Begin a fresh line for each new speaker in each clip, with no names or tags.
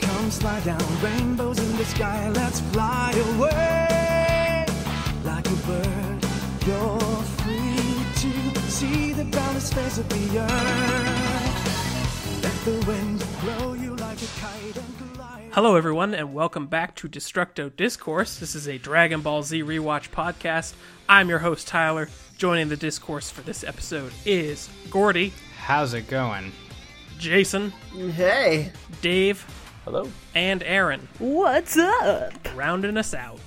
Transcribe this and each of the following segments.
Come slide down, rainbows in the sky, let's fly away. Like a bird, you're free to see the boundless face of the earth. Let the wind blow you like a kite and glide.
Hello, everyone, and welcome back to Destructo Discourse. This is a Dragon Ball Z rewatch podcast. I'm your host, Tyler. Joining the discourse for this episode is Gordy,
How's it going?
Jason,
Hey.
Dave,
Hello.
and Aaron,
What's up?
rounding us out.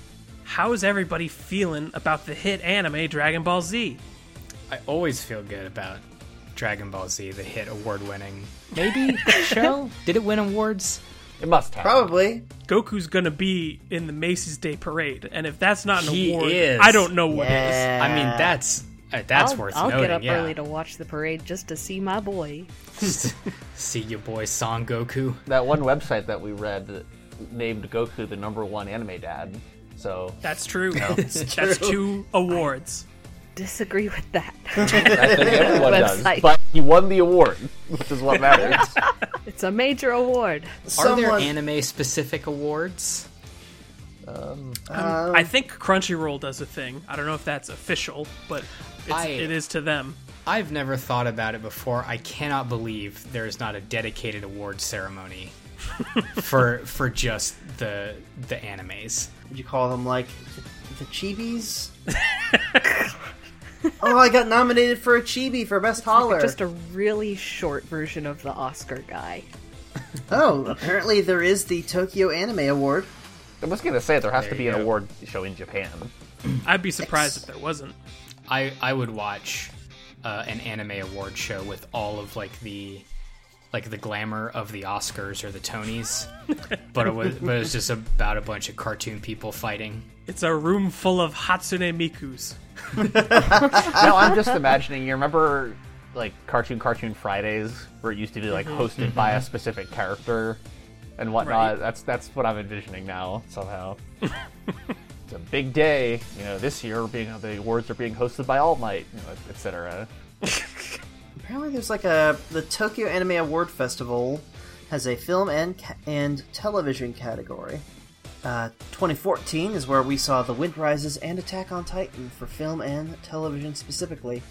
How's everybody feeling about the hit anime Dragon Ball Z?
I always feel good about Dragon Ball Z, the hit award winning. Maybe show? Did it win awards?
It must have.
Probably.
Goku's gonna be in the Macy's Day Parade, and if that's not an
He
award,
is.
I don't know what is.
I mean, that's uh, that's
I'll,
worth
I'll
noting.
get up
yeah.
early to watch the parade just to see my boy.
See your boy Son Goku.
That one website that we read that named Goku the number one anime dad. So
That's true. That's two awards.
Disagree with that.
I think everyone does.
Website.
But he won the award, which is what matters.
it's a major award.
Are there
Someone-
anime specific awards?
I think Crunchyroll does a thing. I don't know if that's official, but it's,
I-
it is to them.
I've never thought about it before. I cannot believe there is not a dedicated award ceremony for for just the the animes.
Would you call them like the, the Chibis? oh, I got nominated for a Chibi for Best Holler.
Just a really short version of the Oscar guy.
Oh, apparently there is the Tokyo Anime Award.
I was going to say there has to
There
be
you
an
go.
award show in Japan.
I'd be surprised if there wasn't.
I I would watch uh, an anime award show with all of like the like the glamour of the Oscars or the Tonys, but it was but it was just about a bunch of cartoon people fighting.
It's a room full of Hatsune Miku's.
No, I'm just imagining. You remember like Cartoon Cartoon Fridays, where it used to be like hosted by a specific character and whatnot.
Right.
That's that's what I'm envisioning now somehow. it's a big day, you know. This year, being the awards are being hosted by All Might, you know, etc.
Apparently there's like a the Tokyo Anime Award Festival has a film and ca- and television category. Uh, 2014 is where we saw The Wind Rises and Attack on Titan for film and television specifically.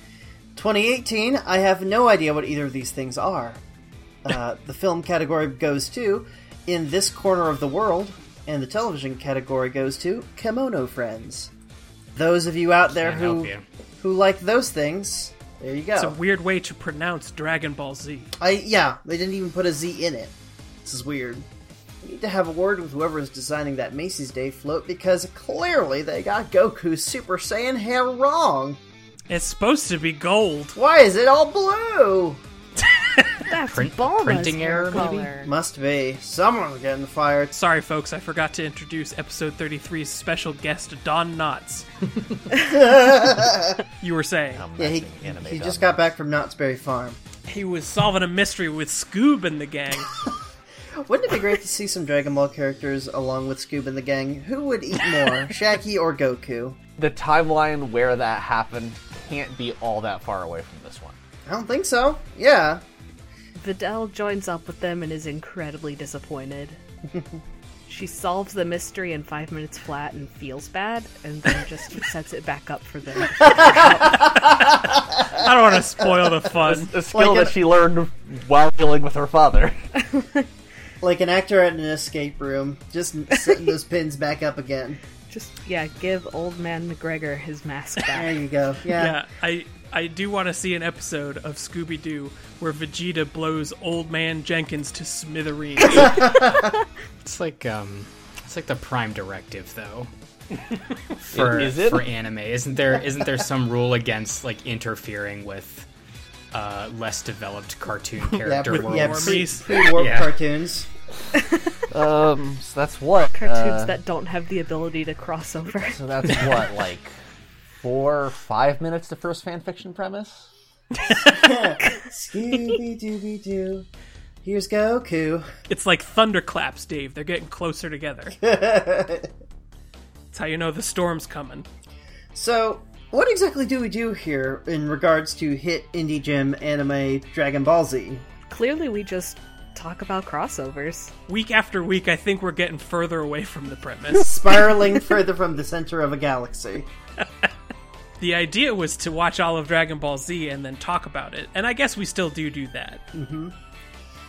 2018, I have no idea what either of these things are. Uh, the film category goes to In This Corner of the World, and the television category goes to Kimono Friends. Those of you out there
Can't
who
help you.
who like those things, there you go.
It's a weird way to pronounce Dragon Ball Z.
I yeah, they didn't even put a Z in it. This is weird. We need to have a word with whoever is designing that Macy's Day float because clearly they got Goku Super Saiyan hair wrong.
It's supposed to be gold.
Why is it all blue?
That's
Print-
Bulma's
printing
hair
error, maybe?
color.
Must be someone's getting fired.
Sorry, folks, I forgot to introduce episode 33's special guest, Don Knotts. you were saying
Yeah, he, he just got back from Knott's Berry Farm.
he was solving a mystery with Scoob and the gang.
Oh, Wouldn't it be great to see some Dragon Ball characters along with Scoob and the gang? Who would eat more, Shaggy or Goku?
The timeline where that happened can't be all that far away from this one.
I don't think so. Yeah,
Videl joins up with them and is incredibly disappointed. she solves the mystery in five minutes flat and feels bad, and then just sets it back up for them.
I don't want to spoil the fun.
The skill
Like
that
an-
she learned while dealing with her father.
like an actor at an escape room, just setting those pins back up again.
just yeah, give old man McGregor his mask
There
back.
you go.
Yeah, I I do want to see an episode of Scooby Doo where Vegeta blows Old Man Jenkins to smithereens.
It's like um, it's like the prime directive though. for
Is it?
for anime, isn't there isn't there some rule against like interfering with uh, less developed cartoon character
pre-
worlds?
yeah, pre
Warmies.
warp
Yeah.
cartoons.
um, so that's what
Cartoons
uh,
that don't have the ability to cross over.
So that's what, like four, five minutes to first fan fiction premise?
Scooby Dooby Doo. Here's Goku.
It's like thunderclaps, Dave. They're getting closer together. That's how you know the storm's coming.
So, what exactly do we do here in regards to hit indie gem anime Dragon Ball Z?
Clearly, we just talk about crossovers.
Week after week, I think we're getting further away from the premise.
Spiraling further from the center of a galaxy.
the idea was to watch all of Dragon Ball Z and then talk about it, and I guess we still do do that. Mm-hmm.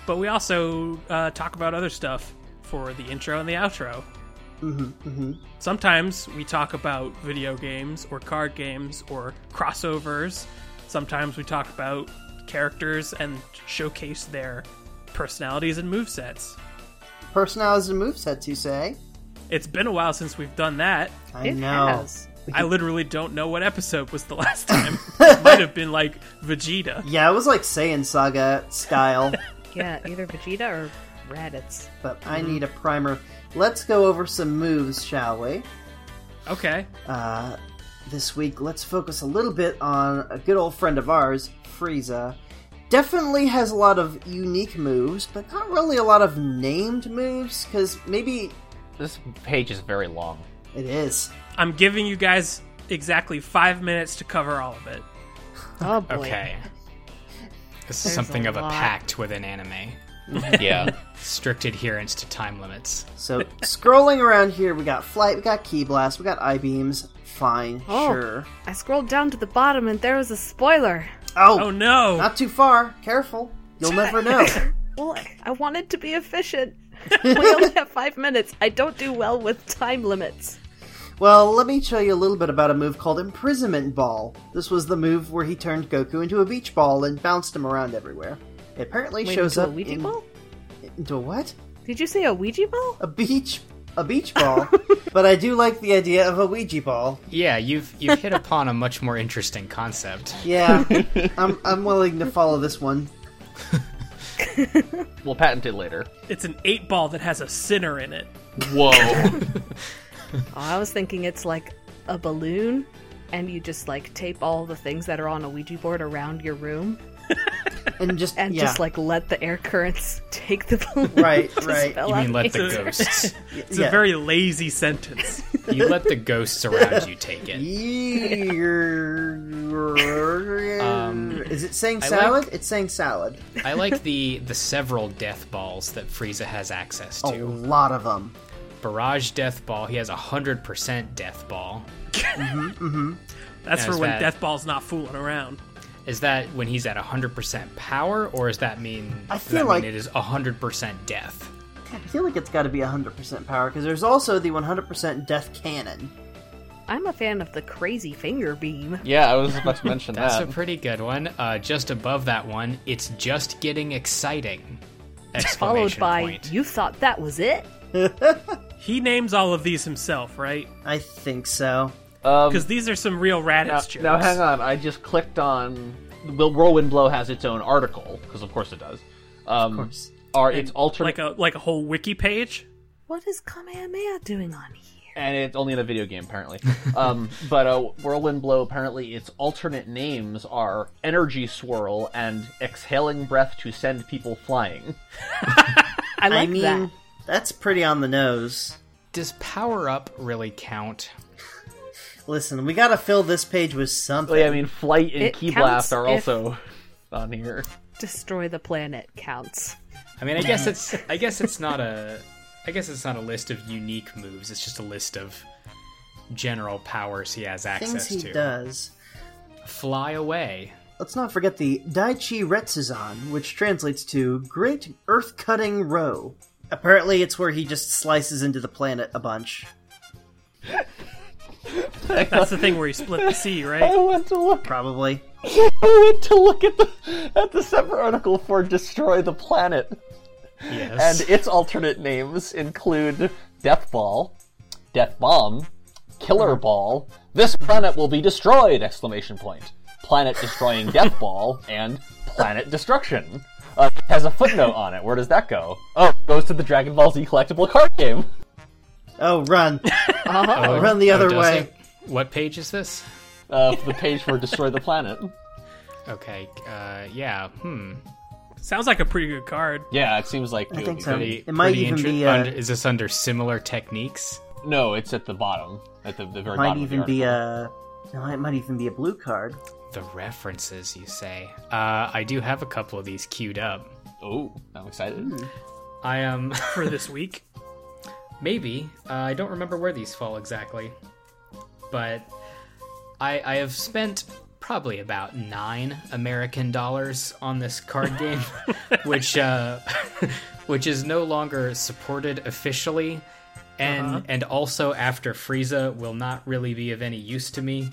But we also uh, talk about other stuff for the intro and the outro. Mm-hmm, mm-hmm. Sometimes we talk about video games or card games or crossovers. Sometimes we talk about characters and showcase their personalities and movesets.
Personalities and movesets, you say?
It's been a while since we've done that.
I
it
know.
has.
I literally don't know what episode was the last time. it might have been like Vegeta.
Yeah, it was like Saiyan Saga style,
Yeah, either Vegeta or Raditz.
but I need a primer. Let's go over some moves, shall we?
Okay.
Uh, this week, let's focus a little bit on a good old friend of ours, Frieza. Definitely has a lot of unique moves, but not really a lot of named moves, because maybe
This page is very long.
it is.
I'm giving you guys exactly five minutes to cover all of it.
Oh boy.
Okay. This
There's
is something
a
of a
lot.
pact with an anime.
Yeah.
Strict adherence to time limits.
So, scrolling around here, we got Flight, we got Key Blast, we got I Beams. Fine,
Oh.
sure.
I scrolled down to the bottom and there was a spoiler.
Oh,
Oh no!
not too far. Careful. You'll never know.
Well, I- I wanted to be efficient. we only have five minutes. I don't do well with time limits.
Well, let me show you a little bit about a move called Imprisonment Ball. This was the move where he turned Goku into a beach ball and bounced him around everywhere. It apparently
Wait,
shows
into
up
a Ouija
in-
ball?
into a what?
Did you say a Ouija ball?
A beach, a beach ball. but I do like the idea of a Ouija ball.
Yeah, you've you've hit upon a much more interesting concept.
Yeah, I'm I'm willing to follow this one.
we'll patent it later.
It's an eight ball that has a sinner in it.
Whoa.
Oh, I was thinking it's like a balloon and you just like tape all the things that are on a Ouija board around your room
And just
and
yeah,
just like let the air currents take the balloon.
right,
to
right.
spell
You
out
mean let the
answers.
ghosts?
It's
yeah.
a very lazy sentence.
You let the ghosts around you take it. Um,
Is it saying
I
salad? It's saying salad.
I like the the several death balls that Frieza has access
A
to.
lot of them.
Barrage death ball. He has a hundred percent death ball.
That's for
As
when
that-
Death Ball's not fooling around.
Is that when he's at 100% power, or does that mean,
I
does
feel
that
like-
mean it is 100% death?
I feel like it's got to be 100% power because there's also the 100% death cannon.
I'm a fan of the crazy finger beam.
yeah, I was about to mention
That's
that.
a pretty good one. Uh, just above that one, it's just getting exciting.
Followed
Exclamation
by,
point.
you thought that was it?
He names all of these himself, right?
I think so.
um,
Because these are some real Raditz
now,
jokes.
now hang on. I just clicked on. Well, Whirlwind Blow has its own article because, of course, it does. Um, of
course.
Or it's
Like
alternate,
a like a whole wiki page.
What is Kamehameha doing on here?
and it's only in a video game apparently. um, but uh, Whirlwind Blow apparently its alternate names are Energy Swirl and Exhaling Breath to Send People Flying.
I like
I mean,
that.
that's pretty on the nose.
Does power up really count?
Listen, we got to fill this page with something.
Well, yeah, I mean, Flight and
It
Key
counts
Blast are
if-
also on here.
Destroy the planet counts.
I mean, I guess it's I guess it's not a I guess it's not a list of unique moves. It's just a list of general powers he has
Things
access
he
to.
does.
Fly away.
Let's not forget the Daichi Retsuzan, which translates to Great Earth Cutting Row. Apparently, it's where he just slices into the planet a bunch.
That's the thing where he split the sea, right?
went to look.
Probably.
I went to look at the at the separate article for "Destroy the Planet," and
Yes.
its alternate names include Death Ball, Death Bomb,
Uh-huh.
Killer Ball. This planet will be destroyed! Exclamation point. Planet destroying Death Ball and Planet Destruction. Uh, it has a footnote on it. Where does that go? Oh, it goes to the Dragon Ball Z collectible card game.
Oh, run.
Oh,
run the
oh,
other
does
way.
it? What page is this?
Uh, the page for Destroy the Planet.
Um,
Okay. Uh, yeah. Hmm.
Sounds like a pretty good card.
Yeah, it seems like. it would
think
be
so.
pretty-
It might
pretty
even
intre-
be, uh,
under- is this under similar techniques?
No, it's at the bottom, at the, the very
might
bottom. of the
even be
article.
a. No, it might even be a blue card.
The references you say. Uh, I do have a couple of these queued up.
Oh, I'm excited.
I am um,
for this week.
maybe uh, I don't remember where these fall exactly, but I I have spent probably about nine American dollars on this card game, which uh, which is no longer supported officially. And, and also after Frieza will not really be of any use to me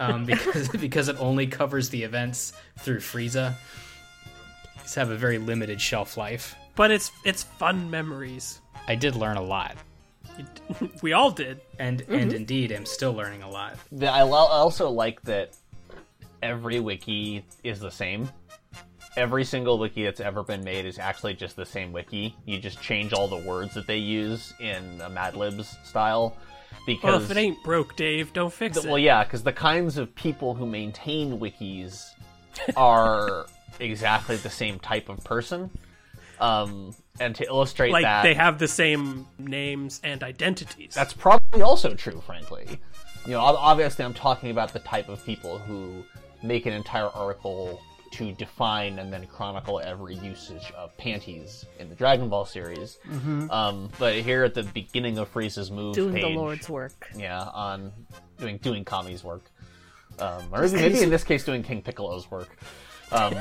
um, because because it only covers the events through Frieza. These have a very limited shelf life.
But it's it's fun memories.
I did learn a lot,
It- we all did.
and and indeed, I'm still learning a lot.
The- I lo- I also like that every wiki is the same. Every single wiki that's ever been made is actually just the same wiki. You just change all the words that they use in a Mad Libs style.
Well,
Because
if it ain't broke, Dave, don't fix
Well,
it.
yeah, because the kinds of people who maintain wikis are exactly the same type of person. Um, and to illustrate
Like
that,
they have the same names and identities.
that's probably also true, frankly. You know, ob- obviously, I'm talking about the type of people who make an entire article to define and then chronicle every usage of panties in the Dragon Ball series. Um, but here at the beginning of Frieza's move,
Mm-hmm. doing the
page-
Lord's work.
yeah, on doing doing Kami's work, um, or maybe in this case doing King Piccolo's work. Um,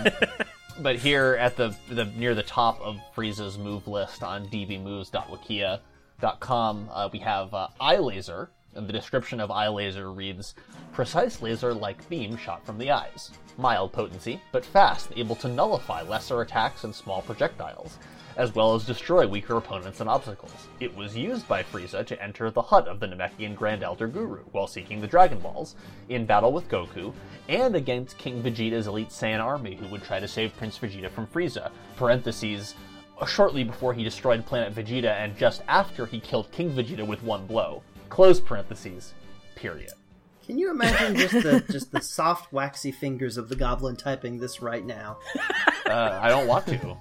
but here at the the near the top of Frieza's move list on dbmoves.wikia.com, uh, we have uh, Eye Laser, and the description of Eye Laser reads: precise laser-like beam shot from the eyes, mild potency but fast, able to nullify lesser attacks and small projectiles as well as destroy weaker opponents and obstacles. It was used by Frieza to enter the hut of the Namekian Grand Elder Guru while seeking the Dragon Balls, in battle with Goku, and against King Vegeta's elite Saiyan army who would try to save Prince Vegeta from Frieza. Parentheses, uh, shortly before he destroyed Planet Vegeta and just after he killed King Vegeta with one blow. Close parentheses, period.
Can you imagine just the just the soft waxy fingers of the goblin typing this right now?
Uh, I don't want to.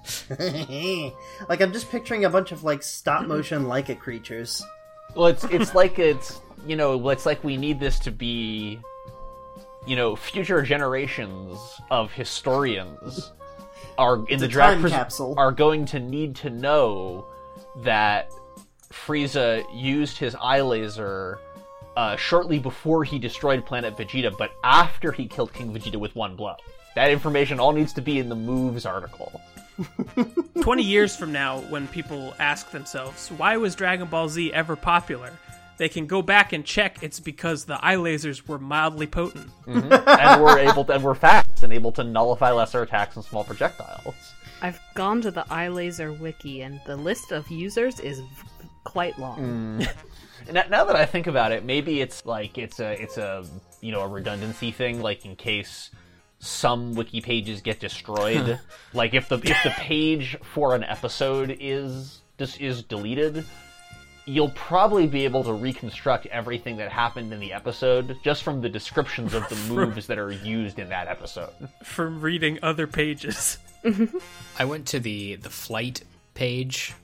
like I'm just picturing a bunch of like
Mm-hmm.
stop motion Leica creatures.
Well, it's it's like it's you know it's like we need this to be, you know, future generations of historians are in the
a
draft
time
pres-
capsule.
are going to need to know that Frieza used his eye laser uh, shortly before he destroyed Planet Vegeta, but after he killed King Vegeta with one blow. That information all needs to be in the moves article.
20 years from now, when people ask themselves, why was Dragon Ball Z ever popular? They can go back and check it's because the eye lasers were mildly potent.
and we're able to, and we're fast and able to nullify lesser attacks and small projectiles.
I've gone to the iLaser wiki, and the list of users is v- quite long.
Now, now that I think about it, maybe it's like it's a it's a you know a redundancy thing, like in case some wiki pages get destroyed, like if the if the page for an episode is just is deleted, you'll probably be able to reconstruct everything that happened in the episode just from the descriptions of the moves that are used in that episode.
From reading other pages.
I went to the the flight page.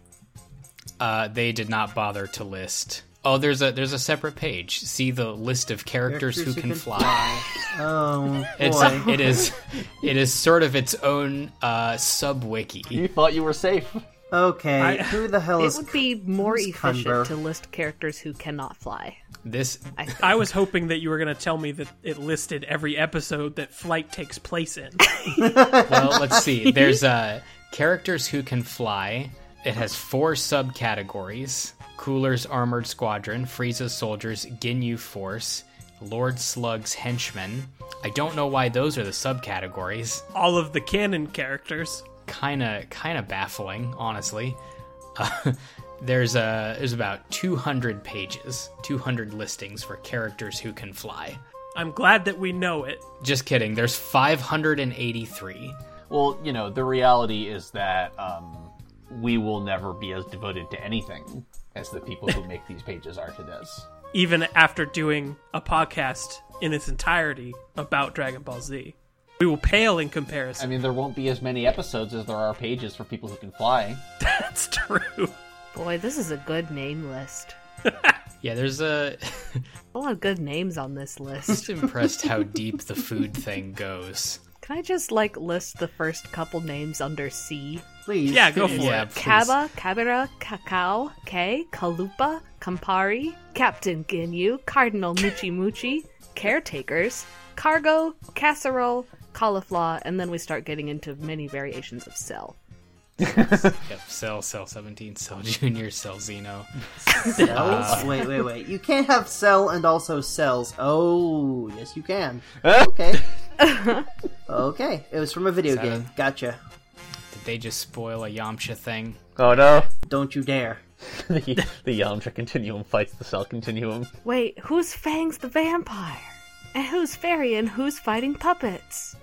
Uh, they did not bother to list. Oh, there's a there's a separate page. See the list of characters, who, can, fly.
Oh
It's
boy.
it is it is sort of its own uh, sub wiki.
You thought you were safe.
Okay, who the hell
It
is?
would be more
Who's
efficient
Cumber?
to list characters who cannot fly.
This
I think.
I was hoping that you were going to tell me that it listed every episode that Flight takes place in.
well, let's see. There's uh, characters who can fly. It has four subcategories: Cooler's Armored Squadron, Frieza's Soldiers, Ginyu Force, Lord Slug's Henchmen. I don't know why those are the subcategories.
All of the canon characters.
Kind of, kind of baffling, honestly. Uh, there's uh, there's about 200 pages, 200 listings for characters who can fly.
I'm glad that we know it.
Just kidding. There's 583.
Well, you know, the reality is that um, we will never be as devoted to anything as the people who make these pages are to this.
even after doing a podcast in its entirety about Dragon Ball Z. We will pale in comparison.
I mean, there won't be as many episodes as there are pages for people who can fly.
That's true.
Boy, this is a good name list.
Yeah, there's a.
A lot of good names on this list.
just impressed how deep the food thing goes.
Can I just like list the first couple names under C?
Please.
Yeah, go for
Yeah,
it.
please.
Kaba, Kabira, Kakao, K, Kalupa, Campari, Captain Ginyu, Cardinal Muchi Muchi, Caretakers, Cargo, Casserole, Cauliflower, and then we start getting into many variations of Cell.
Yep, Cell, Cell 17, Cell Junior, Cell Xeno.
Cells? wait, wait, wait. You can't have cell and also cells. Oh, yes, you can. Okay. okay. It was from a video
Seven.
game. Gotcha.
Did they just spoil a Yamcha thing?
Oh no!
Don't you dare.
the the Yamcha continuum fights the Cell continuum.
Wait, who's Fangs the vampire? And who's Fairy and who's fighting puppets?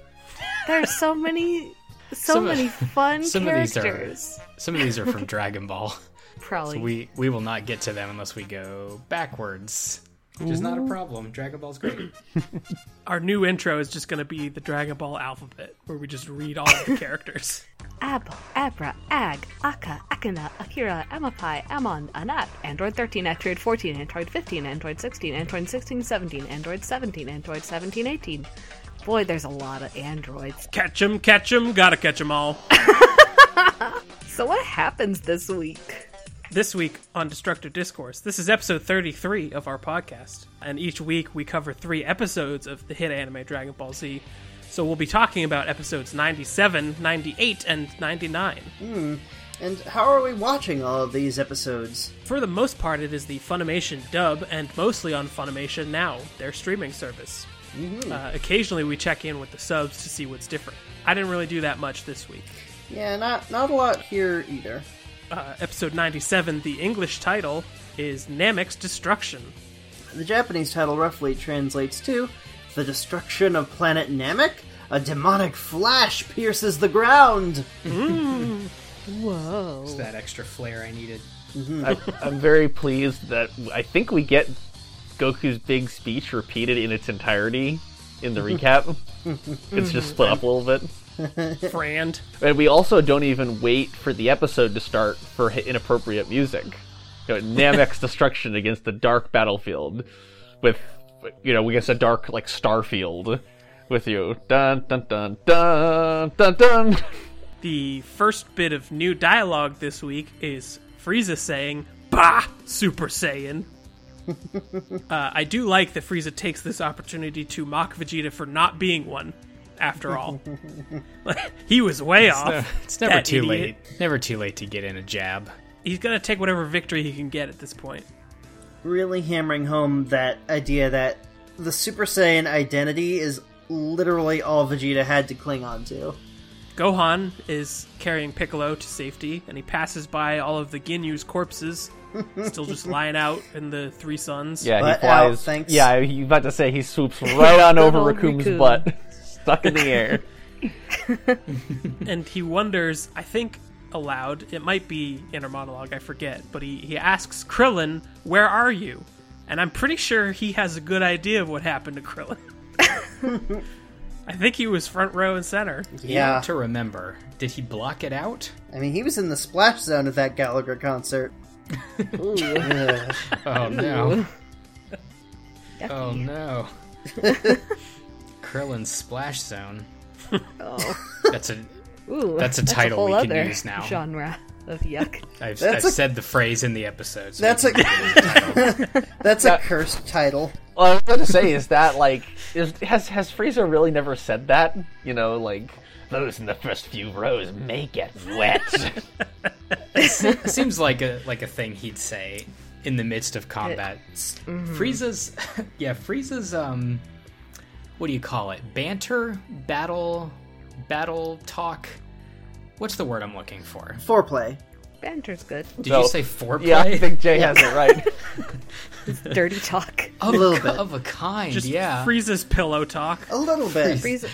There's so many so
Some of-
many fun
some of these are-
characters.
Some of these are from Dragon Ball.
Probably
So we we will not get to them unless we go backwards. Which is not a problem. Dragon Ball's great.
Our new intro is just going to be the Dragon Ball alphabet, where we just read all of the characters.
Apple, Abra, Ag, Akka, Akina, Akira, Amapai, Amon, Anat, Android 13, Android 14, Android 15, Android 16, Android 16, 17, Android 17, Android 17, 18. Boy, there's a lot of androids.
Catch 'em, catch 'em, gotta catch 'em all.
So what happens this week?
This week on Destructive Discourse, this is episode 33 of our podcast. And each week we cover three episodes of the hit anime Dragon Ball Z. So we'll be talking about episodes 97, 98, and 99.
And how are we watching all of these episodes?
For the most part, it is the Funimation dub and mostly on Funimation Now, their streaming service. Uh, occasionally we check in with the subs to see what's different. I didn't really do that much this week.
Yeah, not not a lot here either.
Uh, episode 97, the English title is Namek's Destruction.
The Japanese title roughly translates to The Destruction of Planet Namek? A demonic flash pierces the ground!
Whoa.
that extra flair I needed.
I'm, I'm very pleased that I think we get Goku's big speech repeated in its entirety in the recap. it's just split up a little bit.
Brand.
And we also don't even wait for the episode to start for hi- inappropriate music. You know, Namek's destruction against the dark battlefield, with you know against a dark like starfield, with you dun dun dun dun dun dun.
The first bit of new dialogue this week is Frieza saying, Bah, Super Saiyan. uh, I do like that Frieza takes this opportunity to mock Vegeta for not being one, after all. he was way off.
it's never
That
too
idiot.
late. Never too late to get in a jab.
He's going to take whatever victory he can get at this point.
Really hammering home that idea that the Super Saiyan identity is literally all Vegeta had to cling on to.
Gohan is carrying Piccolo to safety, and he passes by all of the Ginyu's corpses, still just lying out in the Three Suns.
Yeah, he
Butt
flies.
out, thanks.
Yeah, he about to say he swoops right on over
old
Raccoon's
Raccoon.
butt, stuck in the air.
and he wonders, I think aloud, it might be inner monologue, I forget, but he, he asks Krillin, Where are you? And I'm pretty sure he has a good idea of what happened to Krillin. I think he was front row and center.
Yeah.
To remember, did he block it out?
I mean, he was in the splash zone at that Gallagher concert. Ugh.
Oh no.
Yucky.
Oh no. Krillin's splash zone.
Oh.
That's a
Ooh,
That's a title we
whole
can
other
use now.
Genre of yuck.
I've, I've
That's a-
said the phrase in the episode. so
That's
we can
a-
get it in the title.
That's a cursed title.
Well, I was going to say, is that like, is, has has Frieza really never said that? You know, like those in the first few rows may get wet.
It seems like a like a thing he'd say in the midst of combat. Frieza's yeah, Frieza's um what do you call it? Banter, battle, battle talk. What's the word I'm looking for?
Foreplay.
Banter's good.
Did
No.
you say foreplay?
Yeah, I think Jay has it right.
Dirty talk.
of,
little
a, ki-
bit.
of a kind,
Just
yeah.
Frieza's pillow talk.
A little bit.
Frieza,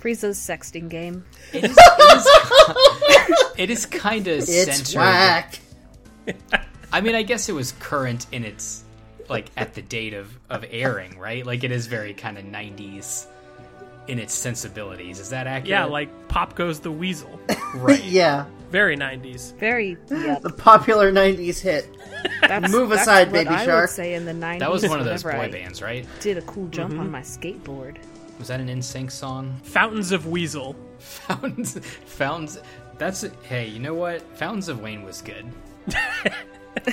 Frieza's sexting game.
It is, it is- it is kind of
It's
censored.
whack.
I mean, I guess it was current in its like at the date of of airing, right? Like it is very kind of '90s in its sensibilities. Is that accurate?
Yeah, like Pop Goes the Weasel.
right.
Yeah,
Very 90s.
Very. Yeah,
the popular '90s hit.
that's,
Move
that's
aside,
what
Baby
I
Shark.
Would say in the 90s,
That was one of those
whenever
boy
I
bands, right?
Did a cool jump
Mm-hmm.
on my skateboard.
Was that an NSYNC song?
Fountains of Weasel.
Fountains, Fountains. That's hey, you know what? Fountains of Wayne was good.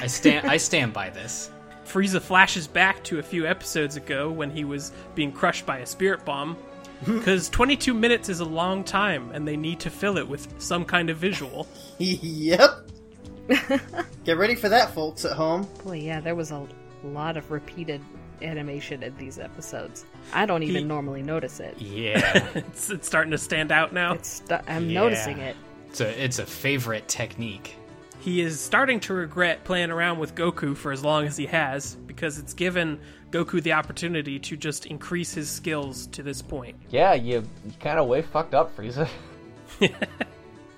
I stand, I stand by this.
Frieza flashes back to a few episodes ago when he was being crushed by a spirit bomb. Because 22 minutes is a long time, and they need to fill it with some kind of visual.
yep. Get ready for that, folks at home.
Boy, yeah, there was a lot of repeated animation in these episodes. I don't even normally notice it.
Yeah,
It's, it's starting to stand out now.
It's stu- I'm
Yeah.
noticing it.
it's a it's a favorite technique.
He is starting to regret playing around with Goku for as long as he has, because it's given Goku the opportunity to just increase his skills to this point.
Yeah, you, you kind of way fucked up, Frieza. it's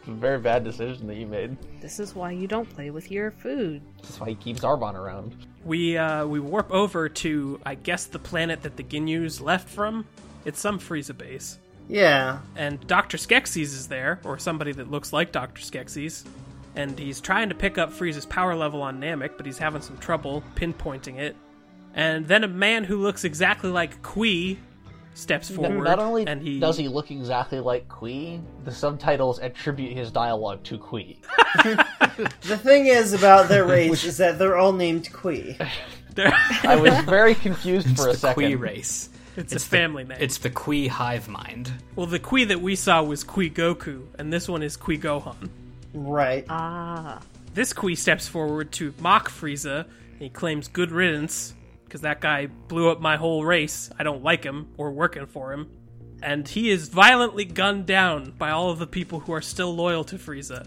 a very bad decision that you made.
This is why you don't play with your food.
That's why he keeps Arbon around.
We uh, we warp over to I guess the planet that the Ginyus left from. It's some Frieza base,
Yeah,
and Doctor Skeksis is there, or somebody that looks like Doctor Skeksis, and he's trying to pick up Frieza's power level on Namek, but he's having some trouble pinpointing it. And then a man who looks exactly like Kui steps forward,
Not only
and he
does he look exactly like Kui, the subtitles attribute his dialogue to Kui.
the thing is about their race is that they're all named Kui.
I was very confused for a
It's the
second.
Kui race.
it's, a family name.
It's the Kui hive mind.
well, the Kui that we saw was Kui Goku, and this one is Kui Gohan.
Right.
Ah,
This Kui steps forward to mock Frieza. And he claims good riddance because that guy blew up my whole race. I don't like him or working for him. And he is violently gunned down by all of the people who are still loyal to Frieza.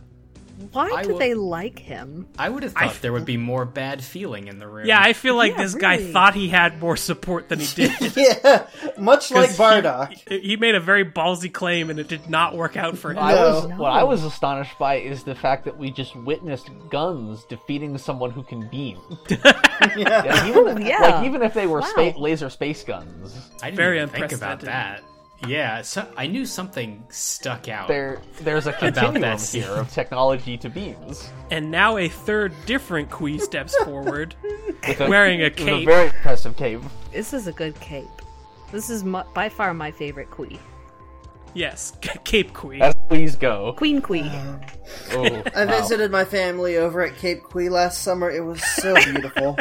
why
I
do
will-
they like him?
I would have thought there would be more bad feeling in the room.
Yeah, I feel like
Yeah,
this guy
really.
thought he had more support than he did.
yeah, much like Bardock.
he, he made a very ballsy claim and it did not work out for him.
I was,
No.
What I was astonished by is the fact that we just witnessed guns defeating someone who can beam. yeah, even,
yeah.
Like, even if they were
Wow.
spa- laser space guns,
I didn't
Very
even think about that.
unprecedented.
Yeah, so I knew something stuck out.
there there's a
that
continuum
scene.
here of technology to beams.
And now a third different Kui steps forward
With a-
wearing a
with
cape.
very impressive cape.
This is a good cape. This is mu by far my favorite Kui.
yes, Cape Kui.
As please go.
Queen Kui.
Uh.
Oh,
I
wow.
visited my family over at Cape Kui last summer. It was so beautiful.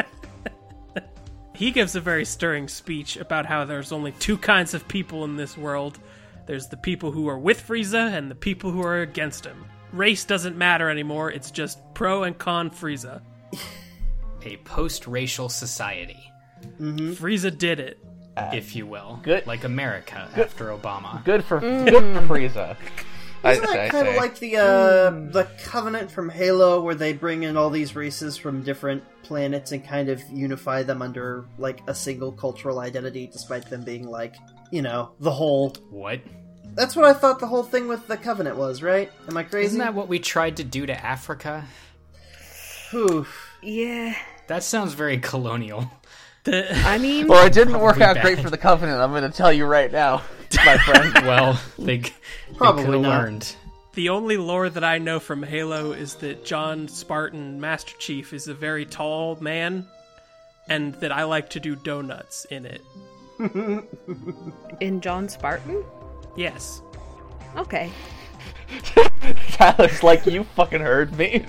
he gives a very stirring speech about how there's only two kinds of people in this world there's the people who are with Frieza and the people who are against him. Race doesn't matter anymore, it's just pro and con Frieza.
a post-racial society,
Frieza did it.
if you will,
Good-
like America after Obama.
Good for good for Frieza. I,
Mm. Isn't
I
that kind of
say.
like the uh, the Covenant from Halo, where they bring in all these races from different planets and kind of unify them under like a single cultural identity, despite them being like you know the whole.
What?
That's what I thought the whole thing with the Covenant was, right? Am I crazy?
Isn't that what we tried to do to Africa?
Oof.
Yeah.
That sounds very colonial.
The-
I mean,
Well, it didn't work
Probably
out
bad.
great for the Covenant. I'm going to tell you right now, my friend.
Well, they,
Probably
could have
not.
learned.
the only lore that I know from Halo is that John Spartan Master Chief is a very tall man and that I like to do donuts in it.
in John Spartan?
Yes.
Okay.
Tyler's like, you fucking heard me.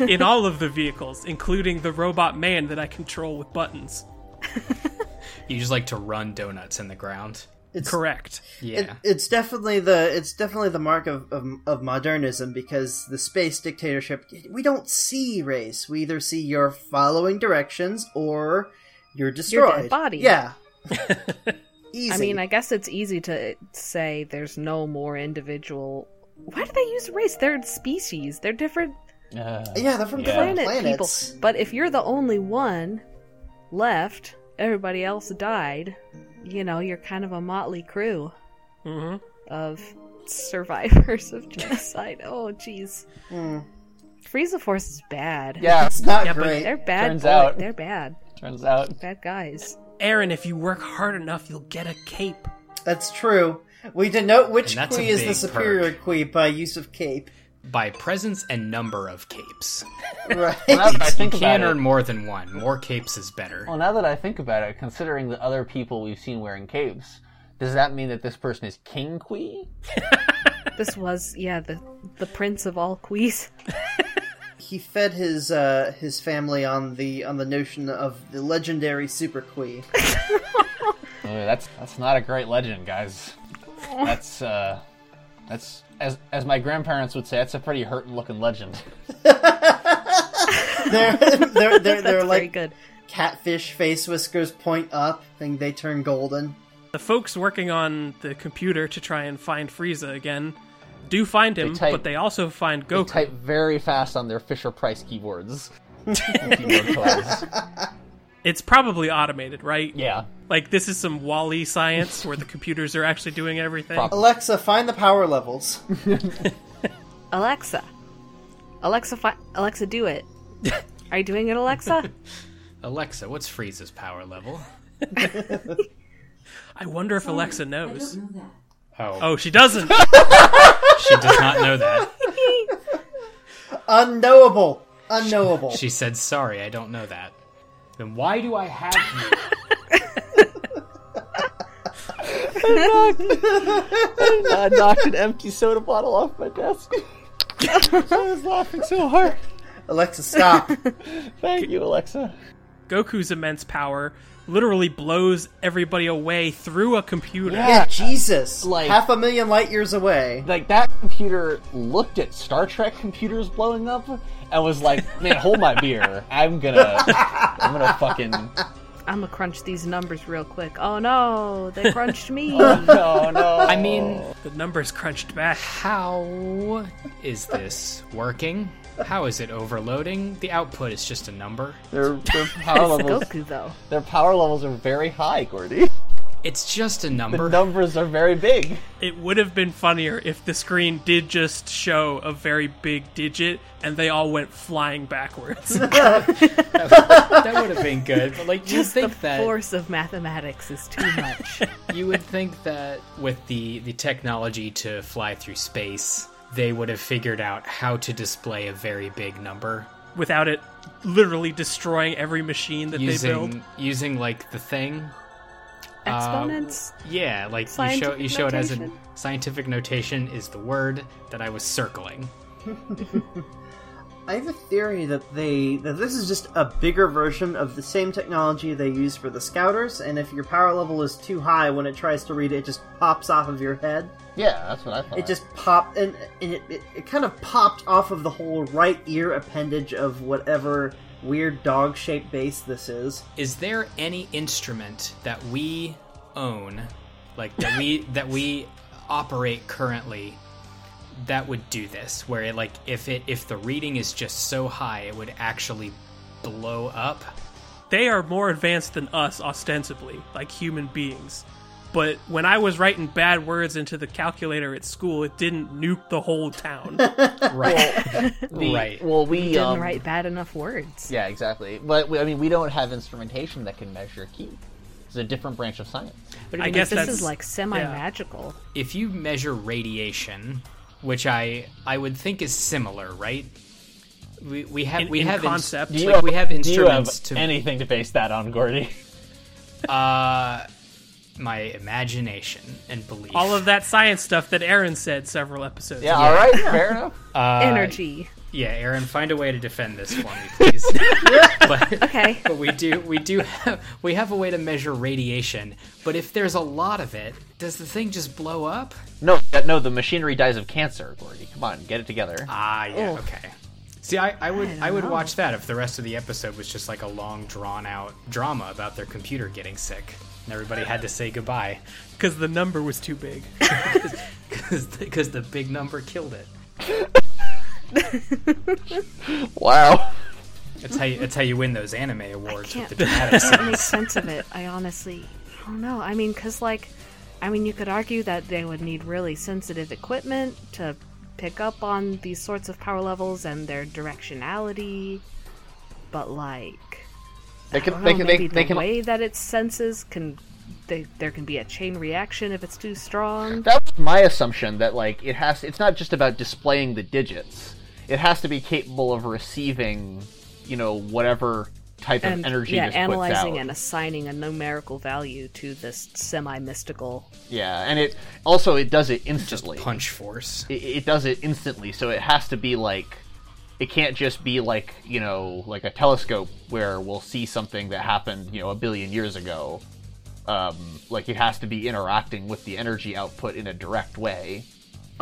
In all of the vehicles, including the robot man that I control with buttons.
You just like to run donuts in the ground.
It's
Correct.
Yeah.
It, it's definitely the it's definitely the mark of, of of modernism because the space dictatorship we don't see race. We either see you're following directions or you're destroyed.
dead body.
Yeah. Easy.
I mean, I guess it's easy to say there's no more individual. Why do they use race? They're species. They're different
yeah, they're from
Yeah.
different
planet people.
planets.
But if you're the only one left, everybody else died. You know, you're kind of a motley crew
hmm
Mm-hmm.
of survivors of genocide. Oh, jeez. Frieza Force is bad.
yeah,
It's not
Yeah, but
great.
They're bad.
Turns
boy-
out-
They're bad.
turns out.
Bad guys.
Aaron, if you work hard enough, you'll get a cape.
That's true. We denote which
And that's
Kui
a
is the
big
superior
perk.
Kui by use of cape.
by presence and number of capes.
Well,
Right.
now that I think
you
about
can
it,
earn more than one. More capes is better.
Well, now that I think about it, considering the other people we've seen wearing capes, does that mean that this person is King Kui?
This was, yeah, the the prince of all quees.
he fed his uh, his family on the on the notion of the legendary Super Kui.
Oh, that's that's not a great legend, guys. That's uh, that's as as my grandparents would say, that's a pretty hurtin' looking legend.
They're they're they're,
That's
they're
very
like
good.
catfish face whiskers point up, and they turn golden.
The folks working on the computer to try and find Frieza again do find him,
type-
but they also find
They
Goku.
type very fast on their Fisher Price keyboards. Keyboard codes.
It's probably automated, right?
Yeah.
Like this is some Wally science where the computers are actually doing everything.
Prob-
Alexa, find the power levels.
Alexa, Alexa, fi- Alexa, do it. Are you doing it, Alexa?
Alexa, what's Frieza's power level?
I wonder if Alexa knows.
Oh,
Oh, she doesn't.
she does not know that.
Unknowable. Unknowable.
She said, "Sorry, I don't know that." Then why do I have you?
I knocked an empty soda bottle off my desk. I was laughing so hard.
Alexa, stop.
Thank you, Alexa.
Goku's immense power literally blows everybody away through a computer.
yeah, Jesus.
Like-
Half a million light years away.
Like that computer looked at Star Trek computers blowing up and was like, "Man, hold my beer. I'm gonna, I'm gonna fucking.
I'm gonna crunch these numbers real quick. Oh no, they crunched me.
Oh.
No, no.
I mean,
The numbers crunched back.
how is this working? How is it overloading? The output is just a number.
Their, their power
It's
levels,
Goku though.
their power levels are very high, Gordy.
It's just a
The
number.
numbers are very big.
It would have been funnier if the screen did just show a very big digit and they all went flying backwards.
that would have been good, but like you
Just the
think
Uh,
that
force of mathematics is too much.
you would think that with the the technology to fly through space, they would have figured out how to display a very big number
without it literally destroying every machine that they build.
using using like the thing.
Uh,
Exponents.
Yeah, like you show
Scientific
you show it as
notation.
a scientific notation is the word that I was circling.
I have a theory that they that this is just a bigger version of the same technology they use for the scouters, and if your power level is too high when it tries to read it, it just pops off of your head.
Yeah, that's what I thought.
It just popped, and, and it, it, it kind of popped off of the whole right ear appendage of whatever weird dog shaped base this is.
Is there any instrument that we own, like that we that we operate currently, that would do this? Where it, like if it if the reading is just so high, it would actually blow up.
They are more advanced than us, ostensibly, like human beings. But when I was writing bad words into the calculator at school, it didn't nuke the whole town.
Right,
The-
right.
Well, we
Didn't
um,
write bad enough words.
Yeah, exactly. But we, I mean, we don't have instrumentation that can measure heat. It's a different branch of science.
But
I
mean,
guess
if
This
that's-
is like semi-magical.
if you measure radiation, which I I would think is similar, right? We we have
In,
we
in
have ins-
concept,
Like, we have instruments
do you
to-
have anything to base that on, Gordy?
uh, my imagination and belief.
all of that science stuff that Aaron said several episodes
Yeah,
ago.
all right, fair enough.
Uh,
Energy.
yeah, Aaron, find a way to defend this for me, please. but,
Okay.
but we do we do have, we have a way to measure radiation. But if there's a lot of it, does the thing just blow up?
No, that, no, the machinery dies of cancer, Gordy. Come on, get it together.
Ah, yeah, okay. See, I, I would
don't
I, would
know.
watch that if the rest of the episode was just like a long drawn out drama about their computer getting sick and everybody had to say goodbye
Because the number was too big.
because the big number killed it.
Wow.
That's how you, that's how you win those anime awards with
can't-
the dramatic
make
scenes.
sense of it. I honestly don't know. I mean, because, like, I mean, you could argue that they would need really sensitive equipment to pick up on these sorts of power levels and their directionality, but, like,
They
I
can,
don't
they
know,
can,
maybe
they,
the
they can,
way that it senses can they, there can be a chain reaction if it's too strong.
That was my assumption that like it has. It's not just about displaying the digits. It has to be capable of receiving, you know, whatever type
And
of energy
yeah,
this
analyzing
puts out.
and assigning a numerical value to this semi-mystical.
Yeah, and it also it does it instantly.
punch force.
it, it does it instantly, so it has to be like it can't just be like you know like a telescope where we'll see something that happened you know a billion years ago. Um, like it has to be interacting with the energy output in a direct way.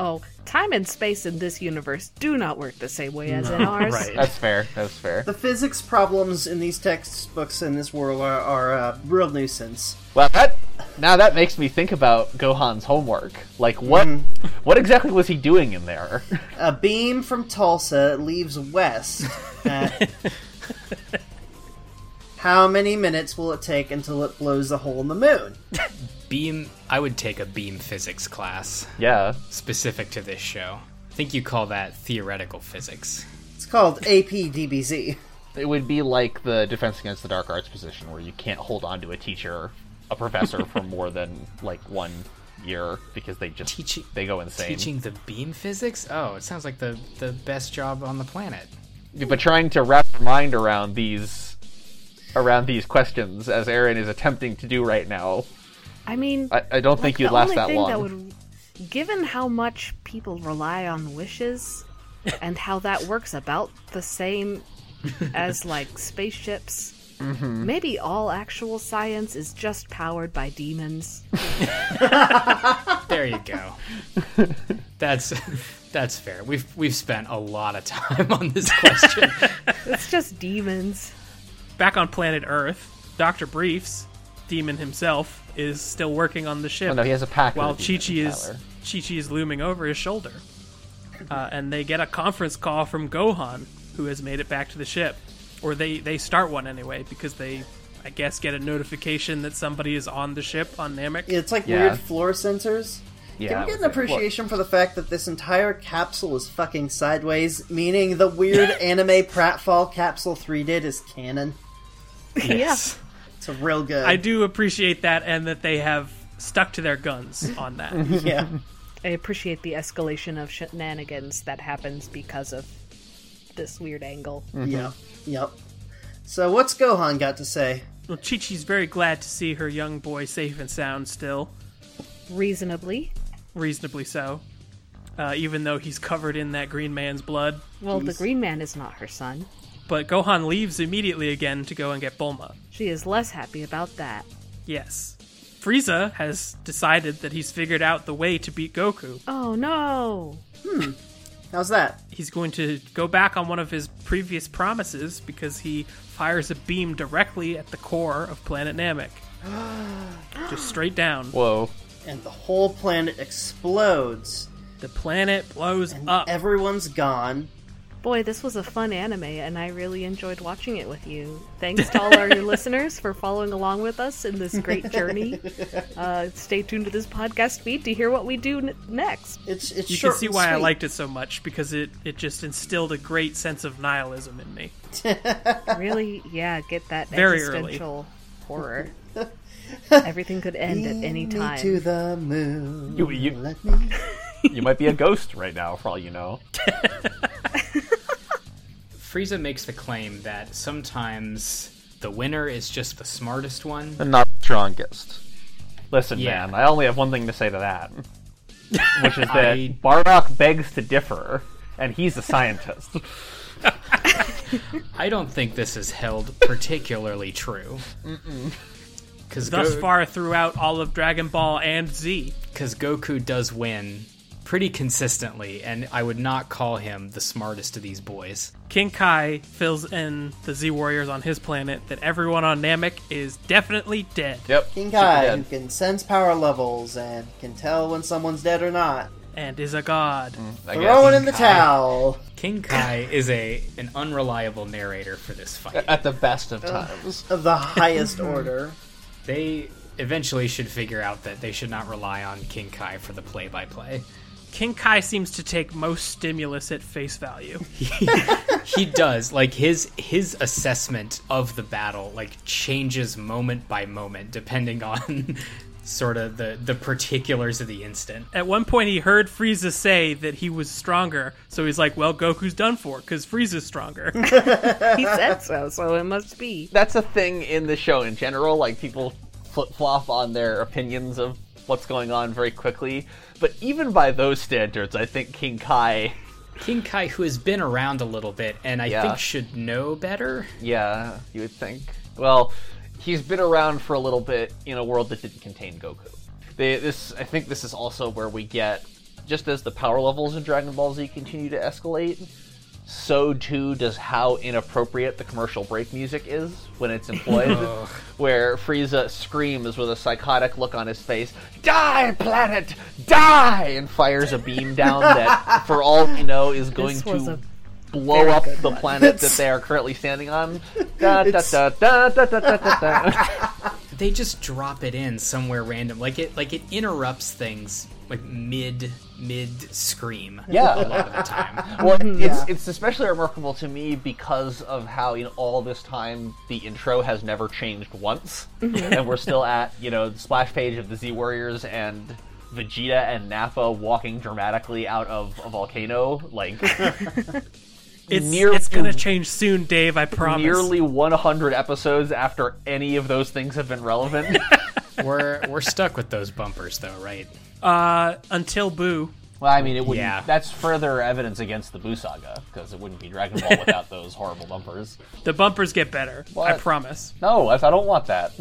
Oh, time and space in this universe do not work the same way as in ours.
Right.
That's fair. That's fair.
The physics problems in these textbooks in this world are, are a real nuisance.
Well, that now that makes me think about Gohan's homework. Like what
Mm-hmm.
what exactly was he doing in there?
A beam from Tulsa leaves west at. How many minutes will it take until it blows a hole in the moon?
Beam. I would take a beam physics class
yeah.
specific to this show. I think you call that theoretical physics.
It's called APDBZ.
It would be like the Defense Against the Dark Arts position, where you can't hold on to a teacher, a professor, for more than like one year because they just
Teaching-
they go insane.
Teaching the beam physics? Oh, it sounds like the the best job on the planet.
But trying to wrap your mind around these around these questions, as Aaron is attempting to do right now,
I mean,
I, I don't think
the
you'd last
only
that
thing
long.
That would, given how much people rely on wishes, and how that works about the same as like spaceships,
Mm-hmm.
maybe all actual science is just powered by demons.
There you go. that's that's fair. We've we've spent a lot of time on this question.
It's just demons.
Back on planet Earth, Doctor Briefs, demon himself, is still working on the ship.
Oh, no, he has a pack.
while
with a
Chi Chi
demon,
is
Tyler.
Chi Chi is looming over his shoulder, uh, and they get a conference call from Gohan, who has made it back to the ship, or they they start one anyway because they, I guess, get a notification that somebody is on the ship on Namek.
It's like
Yeah.
weird floor sensors.
Yeah,
Can we get an
with the- well-
appreciation for the fact that this entire capsule is fucking sideways, meaning the weird anime pratfall Capsule 3 did is canon?
Yes.
It's real good.
I do appreciate that, and that they have stuck to their guns on that.
Yeah.
I appreciate the escalation of shenanigans that happens because of this weird angle.
Mm.
Yep. Yep. So what's Gohan got to say?
well, Chi Chi's very glad to see her young boy safe and sound still,
Reasonably,
reasonably so, uh, even though he's covered in that green man's blood.
well, the Green Man is not her son.
But Gohan leaves immediately again to go and get Bulma.
She is less happy about that.
Yes. Frieza has decided that he's figured out the way to beat Goku.
Oh no!
How's that?
He's going to go back on one of his previous promises because he fires a beam directly at the core of planet Namek. Just straight down.
Whoa.
And the whole planet explodes.
The planet blows
And
up.
everyone's gone.
Boy, this was a fun anime, and I really enjoyed watching it with you. Thanks to all our listeners for following along with us in this great journey. Uh, stay tuned to this podcast feed to hear what we do n- next.
It's it's
you can
short
see
and
why I
sweet.
liked it so much because it, it just instilled a great sense of nihilism in me.
Really, yeah, get that
Very early.
existential horror. Everything could end at any
Lead Me to
time.
the moon.
You, you,
Let me.
you might be a ghost right now, for all you know.
Frieza makes the claim that sometimes the winner is just the smartest one.
and not the strongest. Listen,
Yeah.
man, I only have one thing to say to that, which is that
I-
Bardock begs to differ, and he's a scientist.
I don't think this is held particularly true. Because
Thus far, throughout all of Dragon Ball and Z,
because Goku does win pretty consistently, and I would not call him the smartest of these boys.
King Kai fills in the Z Warriors on his planet that everyone on Namek is definitely dead.
yep.
King Kai, who can sense power levels and can tell when someone's dead or not.
and is a god.
Mm.
Throw it in the
Kai.
towel.
King Kai is a an unreliable narrator for this fight.
At the best of times.
Of the highest order.
They eventually should figure out that they should not rely on King Kai for the play-by-play.
King Kai seems to take most stimulus at face value.
he does like his his assessment of the battle like changes moment by moment depending on sort of the the particulars of the instant
At one point, he heard Frieza say that he was stronger, so he's like, "Well, Goku's done for because Frieza's stronger."
He said so, so it must be.
That's a thing in the show in general. Like people flip flop on their opinions of what's going on very quickly. But even by those standards, I think King Kai,
king kai who has been around a little bit and i
Yeah.
think should know better
yeah, you would think. Well, he's been around for a little bit in a world that didn't contain Goku. They, this, I think, this is also where we get just as the power levels in Dragon Ball Z continue to escalate. So too does how inappropriate the commercial break music is when it's employed. where Frieza screams with a psychotic look on his face, "Die, planet, die!" and fires a beam down that, for all we know, is going
This was
to
a
blow up
good
the
one.
planet
It's-
that they are currently standing on. Da, da, da, da, da, da, da, da, da.
they just drop it in somewhere random like it like it interrupts things like mid mid scream a
Yeah.
lot of the time
Well, it's it's especially remarkable to me because of how in all this time the intro has never changed once, and we're still at you know the splash page of the Z Warriors and Vegeta and Nappa walking dramatically out of a volcano, like
It's
Nearly-
it's gonna change soon, Dave. I promise.
nearly 100 episodes after any of those things have been relevant.
we're we're stuck with those bumpers though right
Uh, until Boo.
well, I mean, it would
Yeah.
not that's further evidence against the Buu saga because it wouldn't be Dragon Ball without those horrible bumpers.
The bumpers get better. I
What?
promise.
No, I, I don't want that.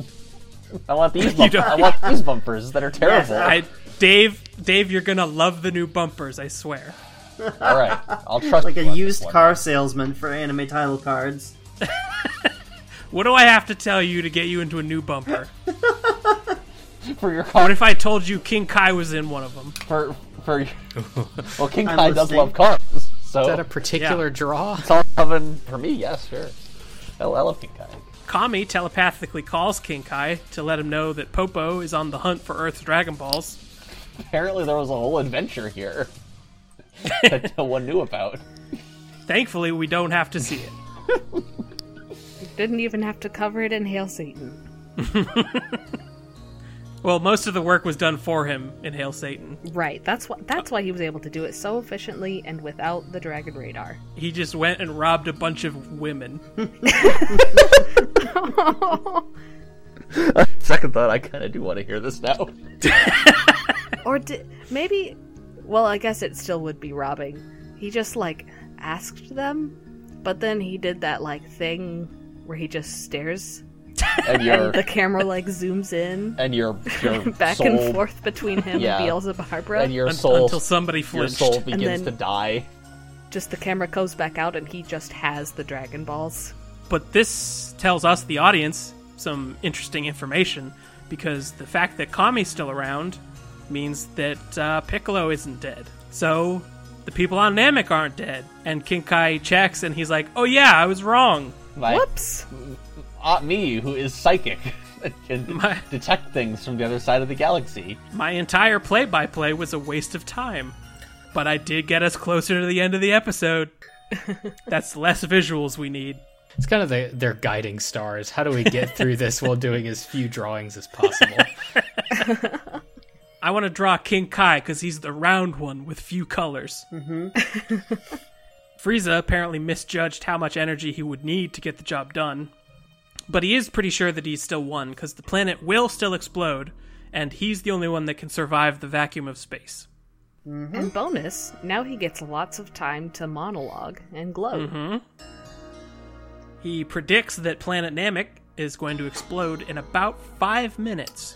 I want these.
You
Bumpers.
don't-
I want these bumpers that are terrible.
I, Dave, Dave, you're gonna love the new bumpers. I swear.
All right, I'll trust
Like
you
a
on this
used
one.
car salesman for anime title cards.
What do I have to tell you to get you into a new bumper?
for your
What
car
if I told you King Kai was in one of them?
for for. your- Well, King
I'm
Kai does
listening.
love cars, so
is that a particular draw
it's all coming for me. Yes, sure. Oh, I love King Kai.
Kami telepathically calls King Kai to let him know that Popo is on the hunt for Earth's Dragon Balls.
Apparently, there was a whole adventure here that no one knew about.
Thankfully, we don't have to see it.
Didn't even have to cover it in Hail Satan.
Well, most of the work was done for him in Hail Satan.
Right. That's why that's why he was able to do it so efficiently and without the dragon radar.
He just went and robbed a bunch of women.
Second thought, I kind of do want to hear this now.
Or did maybe? Well, I guess it still would be robbing. He just like asked them, but then he did that like thing where he just stares.
And your
The camera like zooms in
and your your
back
soul,
and forth between him
Yeah.
and Beelzebub.
and your
un-
soul
until somebody
your
flinched.
soul begins
then-
to die.
Just the camera goes back out and he just has the Dragon Balls.
But this tells us, the audience, some interesting information because the fact that Kami's still around means that uh, Piccolo isn't dead. So the people on Namek aren't dead. And Kinkai checks and he's like, oh yeah, I was wrong.
My
Whoops!
aunt uh, me, who is psychic, can
My-
detect things from the other side of the galaxy.
My entire play by play was a waste of time. But I did get us closer to the end of the episode. That's less visuals we need.
It's kind of the, their guiding stars. How do we get through this while doing as few drawings as possible?
I want to draw King Kai because he's the round one with few colors. Mm-hmm. Frieza apparently misjudged how much energy he would need to get the job done, but he is pretty sure that he's still won because the planet will still explode, and he's the only one that can survive the vacuum of space.
Mm-hmm.
And bonus, now he gets lots of time to monologue and gloat.
Mm-hmm.
He predicts that planet Namek is going to explode in about five minutes.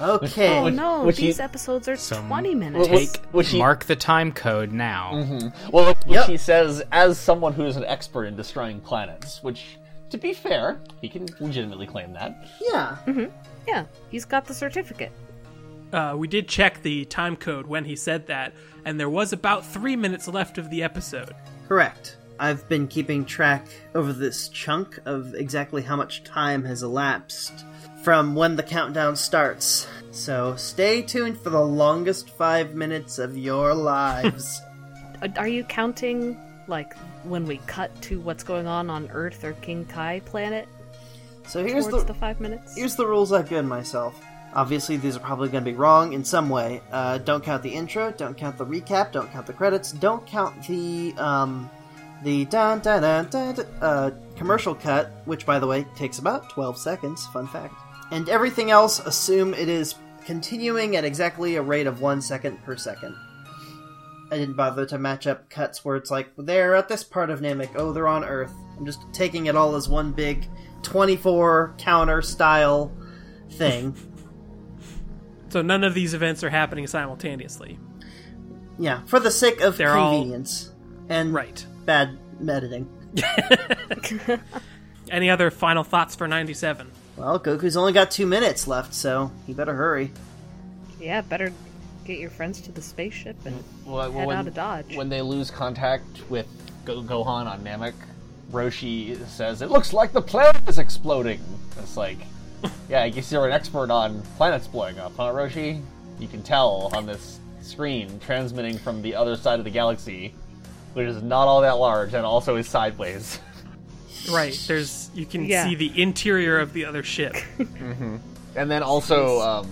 Okay.
Oh no,
which
these
he-
episodes are
Some
20 minutes.
Well, well,
Take
was he-
mark the time code now.
Well, which
Yep.
he says as someone who is an expert in destroying planets, which, to be fair, he can legitimately claim that.
Yeah.
Yeah, he's got the certificate.
Uh, we did check the time code when he said that, and there was about three minutes left of the episode.
Correct. I've been keeping track over this chunk of exactly how much time has elapsed from when the countdown starts. So stay tuned for the longest five minutes of your lives.
Uh, Are you counting like when we cut to what's going on on Earth or King Kai planet
So here's
towards
the,
the, five minutes.
here's the rules I've given myself. Obviously, these are probably going to be wrong in some way. Uh, don't count the intro. Don't count the recap. Don't count the credits. Don't count the um, the dun dun dun dun, dun uh, commercial cut, which by the way takes about twelve seconds. Fun fact. And everything else, assume it is continuing at exactly a rate of one second per second. I didn't bother to match up cuts where it's like they're at this part of Namek, oh they're on Earth. I'm just taking it all as one big 24 counter style thing.
So none of these events are happening simultaneously.
yeah, for the sake of
They're all-
convenience and
Right.
bad editing.
Any other final thoughts for 97?
Well, Goku's only got two minutes left, so he better hurry.
yeah, better get your friends to the spaceship and
Well,
Head
when,
out of Dodge.
When they lose contact with Go- Gohan on Namek, Roshi says, It looks like the planet is exploding. It's like, yeah, I guess you're an expert on planets blowing up, huh, Roshi? You can tell on this screen transmitting from the other side of the galaxy, which is not all that large and also is sideways.
Right. There's you can
Yeah.
see the interior of the other ship.
And then also, um,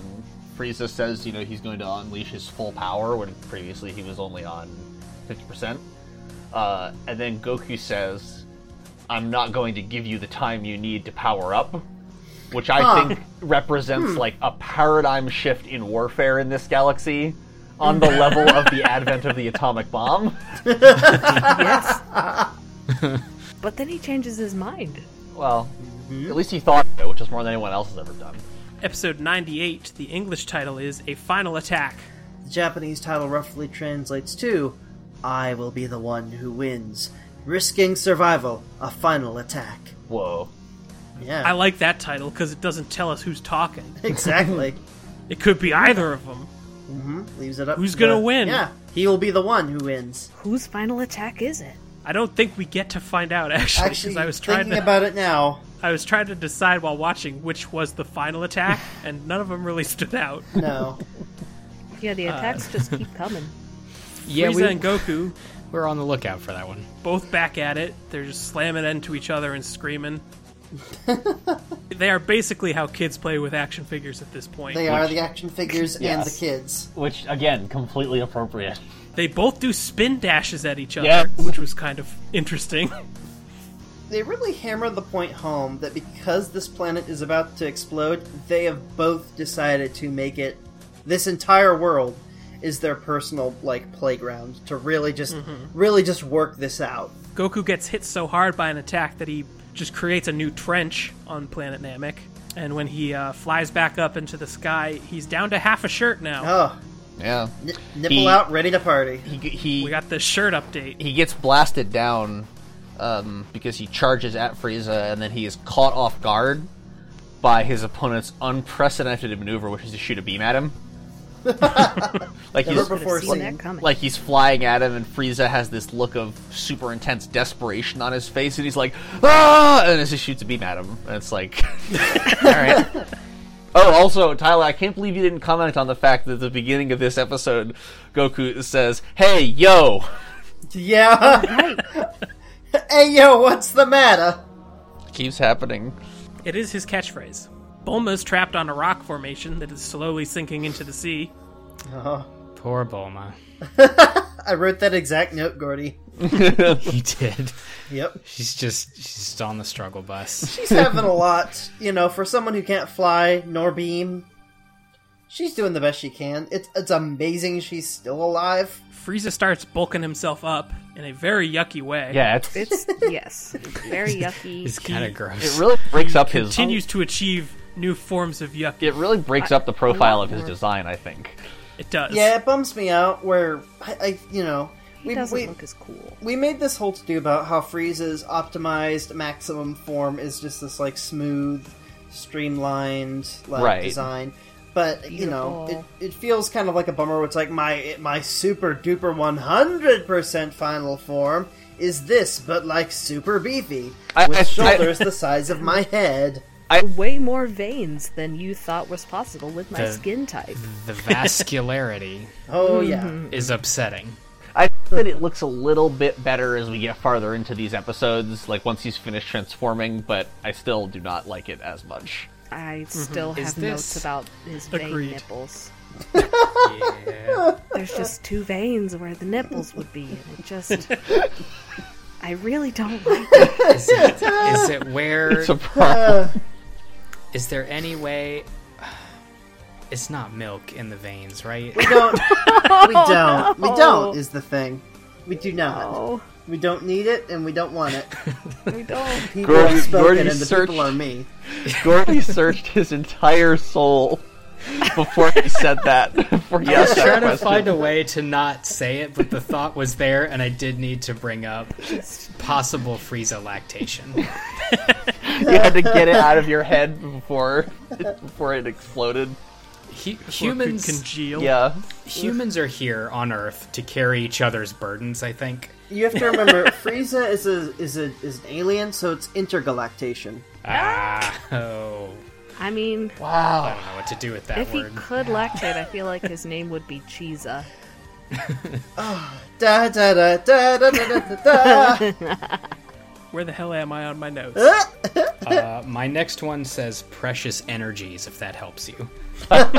Frieza says, you know, he's going to unleash his full power when previously he was only on 50%. Uh, and then Goku says, I'm not going to give you the time you need to power up, which I
Huh.
think represents like a paradigm shift in warfare in this galaxy on the level of the advent of the atomic bomb.
yes. but then he changes his mind.
Well, at least he thought of it, which is more than anyone else has ever done.
Episode 98, the English title is A Final Attack.
The Japanese title roughly translates to I will be the one who wins, risking survival, a final attack.
Whoa.
Yeah,
I like that title because it doesn't tell us who's talking.
exactly.
It could be either of them.
Leaves it up.
Who's
to
gonna
the-
win?
Yeah, he will be the one who wins.
Whose final attack is it?
I don't think we get to find out actually
Actually,
because I was trying
thinking
to
about it now.
I was trying to decide while watching which was the final attack and none of them really stood out.
No,
Yeah, the attacks just keep coming.
Yeah,
Frieza
we,
and Goku
we're on the lookout for that one.
both back at it. They're just slamming into each other and screaming. they are basically how kids play with action figures at this point.
they are the action figures and the
Yes.
kids.
Which, again, completely appropriate.
They both do spin dashes at each other,
Yes.
which was kind of interesting.
They really hammer the point home that because this planet is about to explode, they have both decided to make it. This entire world is their personal like playground to really just
Mm-hmm.
really just work this out.
Goku gets hit so hard by an attack that he just creates a new trench on planet Namek. And when he uh, flies back up into the sky, he's down to half a shirt now.
Oh,
Yeah.
n- nipple
He-
out, ready to party.
He, he,
We got the shirt update.
he gets blasted down um, because he charges at Frieza, and then he is caught off guard by his opponent's unprecedented maneuver, which is to shoot a beam at him. like he's
Never before
Could've seen
seen.
that coming.
like he's flying at him, and Frieza has this look of super intense desperation on his face, and he's like, "Ah!" and just shoots a beam at him, and it's like, all right. Oh, also, Tyler, I can't believe you didn't comment on the fact that at the beginning of this episode, Goku says, "Hey, yo."
Yeah.
Right.
hey yo, what's the matter?
Keeps happening.
It is his catchphrase. Bulma's trapped on a rock formation that is slowly sinking into the sea.
Poor Bulma.
I wrote that exact note, Gordy.
He did.
Yep.
She's just she's just on the struggle bus.
She's having a lot, you know, for someone who can't fly nor beam. She's doing the best she can. It's it's amazing she's still alive.
Frieza starts bulking himself up in a very yucky way.
Yeah, it's,
It's yes, it's very yucky.
It's kind of gross.
it really breaks up his.
Continues to achieve new forms of yuck.
It really breaks up the profile of his design. I think.
It does.
Yeah, it bums me out where I, I you know,
He
we
doesn't
we,
look as cool.
we made this whole to do about how Frieza's optimized maximum form is just this like smooth, streamlined like
Right.
design. But you know,
Beautiful.
it, it feels kind of like a bummer. Where it's like my my super duper one hundred percent final form is this, but like super beefy
I-
with
I- I-
shoulders the size of my head.
Way more veins than you thought was possible with my
The-
skin type.
The vascularity
Oh yeah,
is upsetting.
I that it looks a little bit better as we get farther into these episodes, like once he's finished transforming, but I still do not like it as much.
I still have notes
this-
about his vein
Agreed.
nipples.
Yeah.
There's just two veins where the nipples would be, and it just. I really don't like it.
Is it, is it where
It's a problem.
Is there any way? It's not milk in the veins, right?
We don't. we don't. We don't is the thing. We do not.
Oh,
We don't need it, and we don't want it.
we don't.
People
Girl,
are
you- girl,
spoken,
you
and the
searched-
people are me.
Gordy searched his entire soul before he said that. Before he asked that
trying to
question.
find a way to not say it, but the thought was there, and I did need to bring up possible Frieza lactation.
You had to get it out of your head before before it exploded.
He,
Or could
humans,
congeal.
Yeah.
humans are here on Earth to carry each other's burdens. I think.
You have to remember, Frieza is a is a is an alien, so it's intergalactation.
Ah, oh,
I mean,
I
Wow.
don't know what to do with that
if he
word.
could lactate, I feel like his name would be Cheeza.
Da da da da da da da da. da.
Where the hell am I on my notes?
Ah!
Uh, my next one says precious energies. If that helps you.
Remember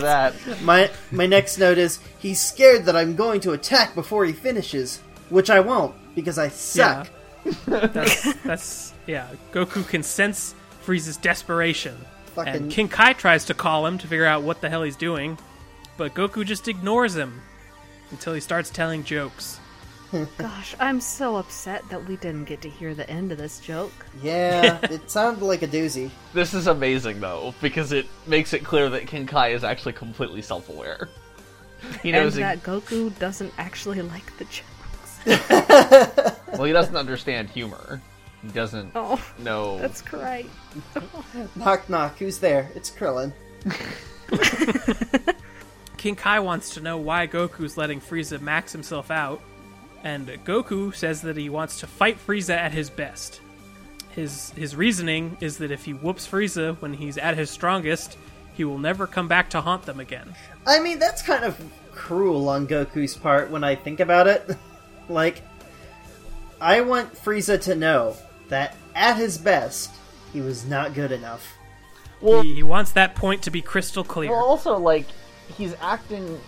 that.
My my next note is he's scared that I'm going to attack before he finishes, which I won't because I suck.
That's, that's yeah. Goku can sense Frieza's desperation,
Fucking-
and King Kai tries to call him to figure out what the hell he's doing, but Goku just ignores him until he starts telling jokes.
Gosh, I'm so upset that we didn't get to hear the end of this joke.
Yeah, it sounded like a doozy.
This is amazing though, because it makes it clear that King Kai is actually completely self aware. He
And
knows
that Goku doesn't actually like the jokes.
he, well he doesn't understand humor. He doesn't
Oh,
know
that's great.
Knock knock, who's there? It's Krillin.
King Kai wants to know why Goku's letting Frieza max himself out, and Goku says that he wants to fight Frieza at his best. His his reasoning is that if he whoops Frieza when he's at his strongest, he will never come back to haunt them again.
I mean, that's kind of cruel on Goku's part when I think about it. like, I want Frieza to know that at his best, he was not good enough.
He, he wants that point to be crystal clear.
Well, also like he's acting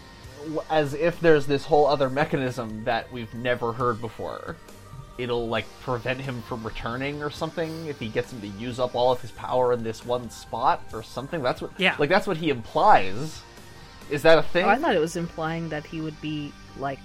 w- as if there's this whole other mechanism that we've never heard before. It'll like prevent him from returning or something if he gets him to use up all of his power in this one spot or something. That's what
Yeah.
like that's what he implies. Is that a thing?
Oh, I thought it was implying that he would be like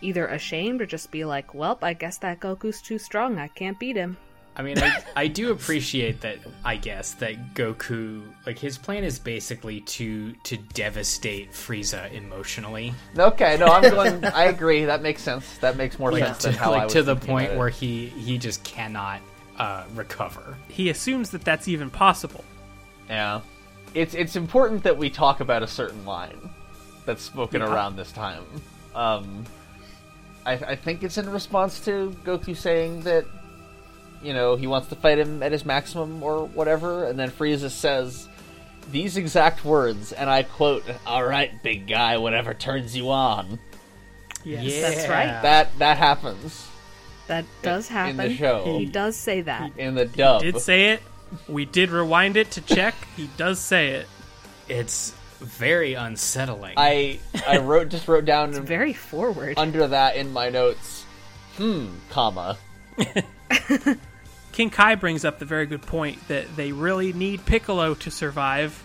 either ashamed or just be like, "Welp, I guess that Goku's too strong. I can't beat him."
I mean, I, I do appreciate that. I guess that Goku, like his plan, is basically to to devastate Frieza emotionally,
okay, no, I'm going. I agree. That makes sense. That makes more
like
sense
to,
than how I
like,
was
to the
thinking about
point
it.
where he he just cannot uh, recover.
he assumes that that's even possible.
yeah, it's it's important that we talk about a certain line that's spoken around this time. Um, I, I think it's in response to Goku saying that, you know, he wants to fight him at his maximum or whatever, and then Frieza says these exact words, and I quote, "All right, big guy, whatever turns you on."
Yes.
that's right.
That that happens
That does
in
happen.
the show,
He does say that.
in the dub.
Did say it. We did rewind it to check. He does say it.
It's very unsettling.
I I wrote just wrote down in-
Very forward.
under that in my notes. Hmm, comma.
King Kai brings up the very good point that they really need Piccolo to survive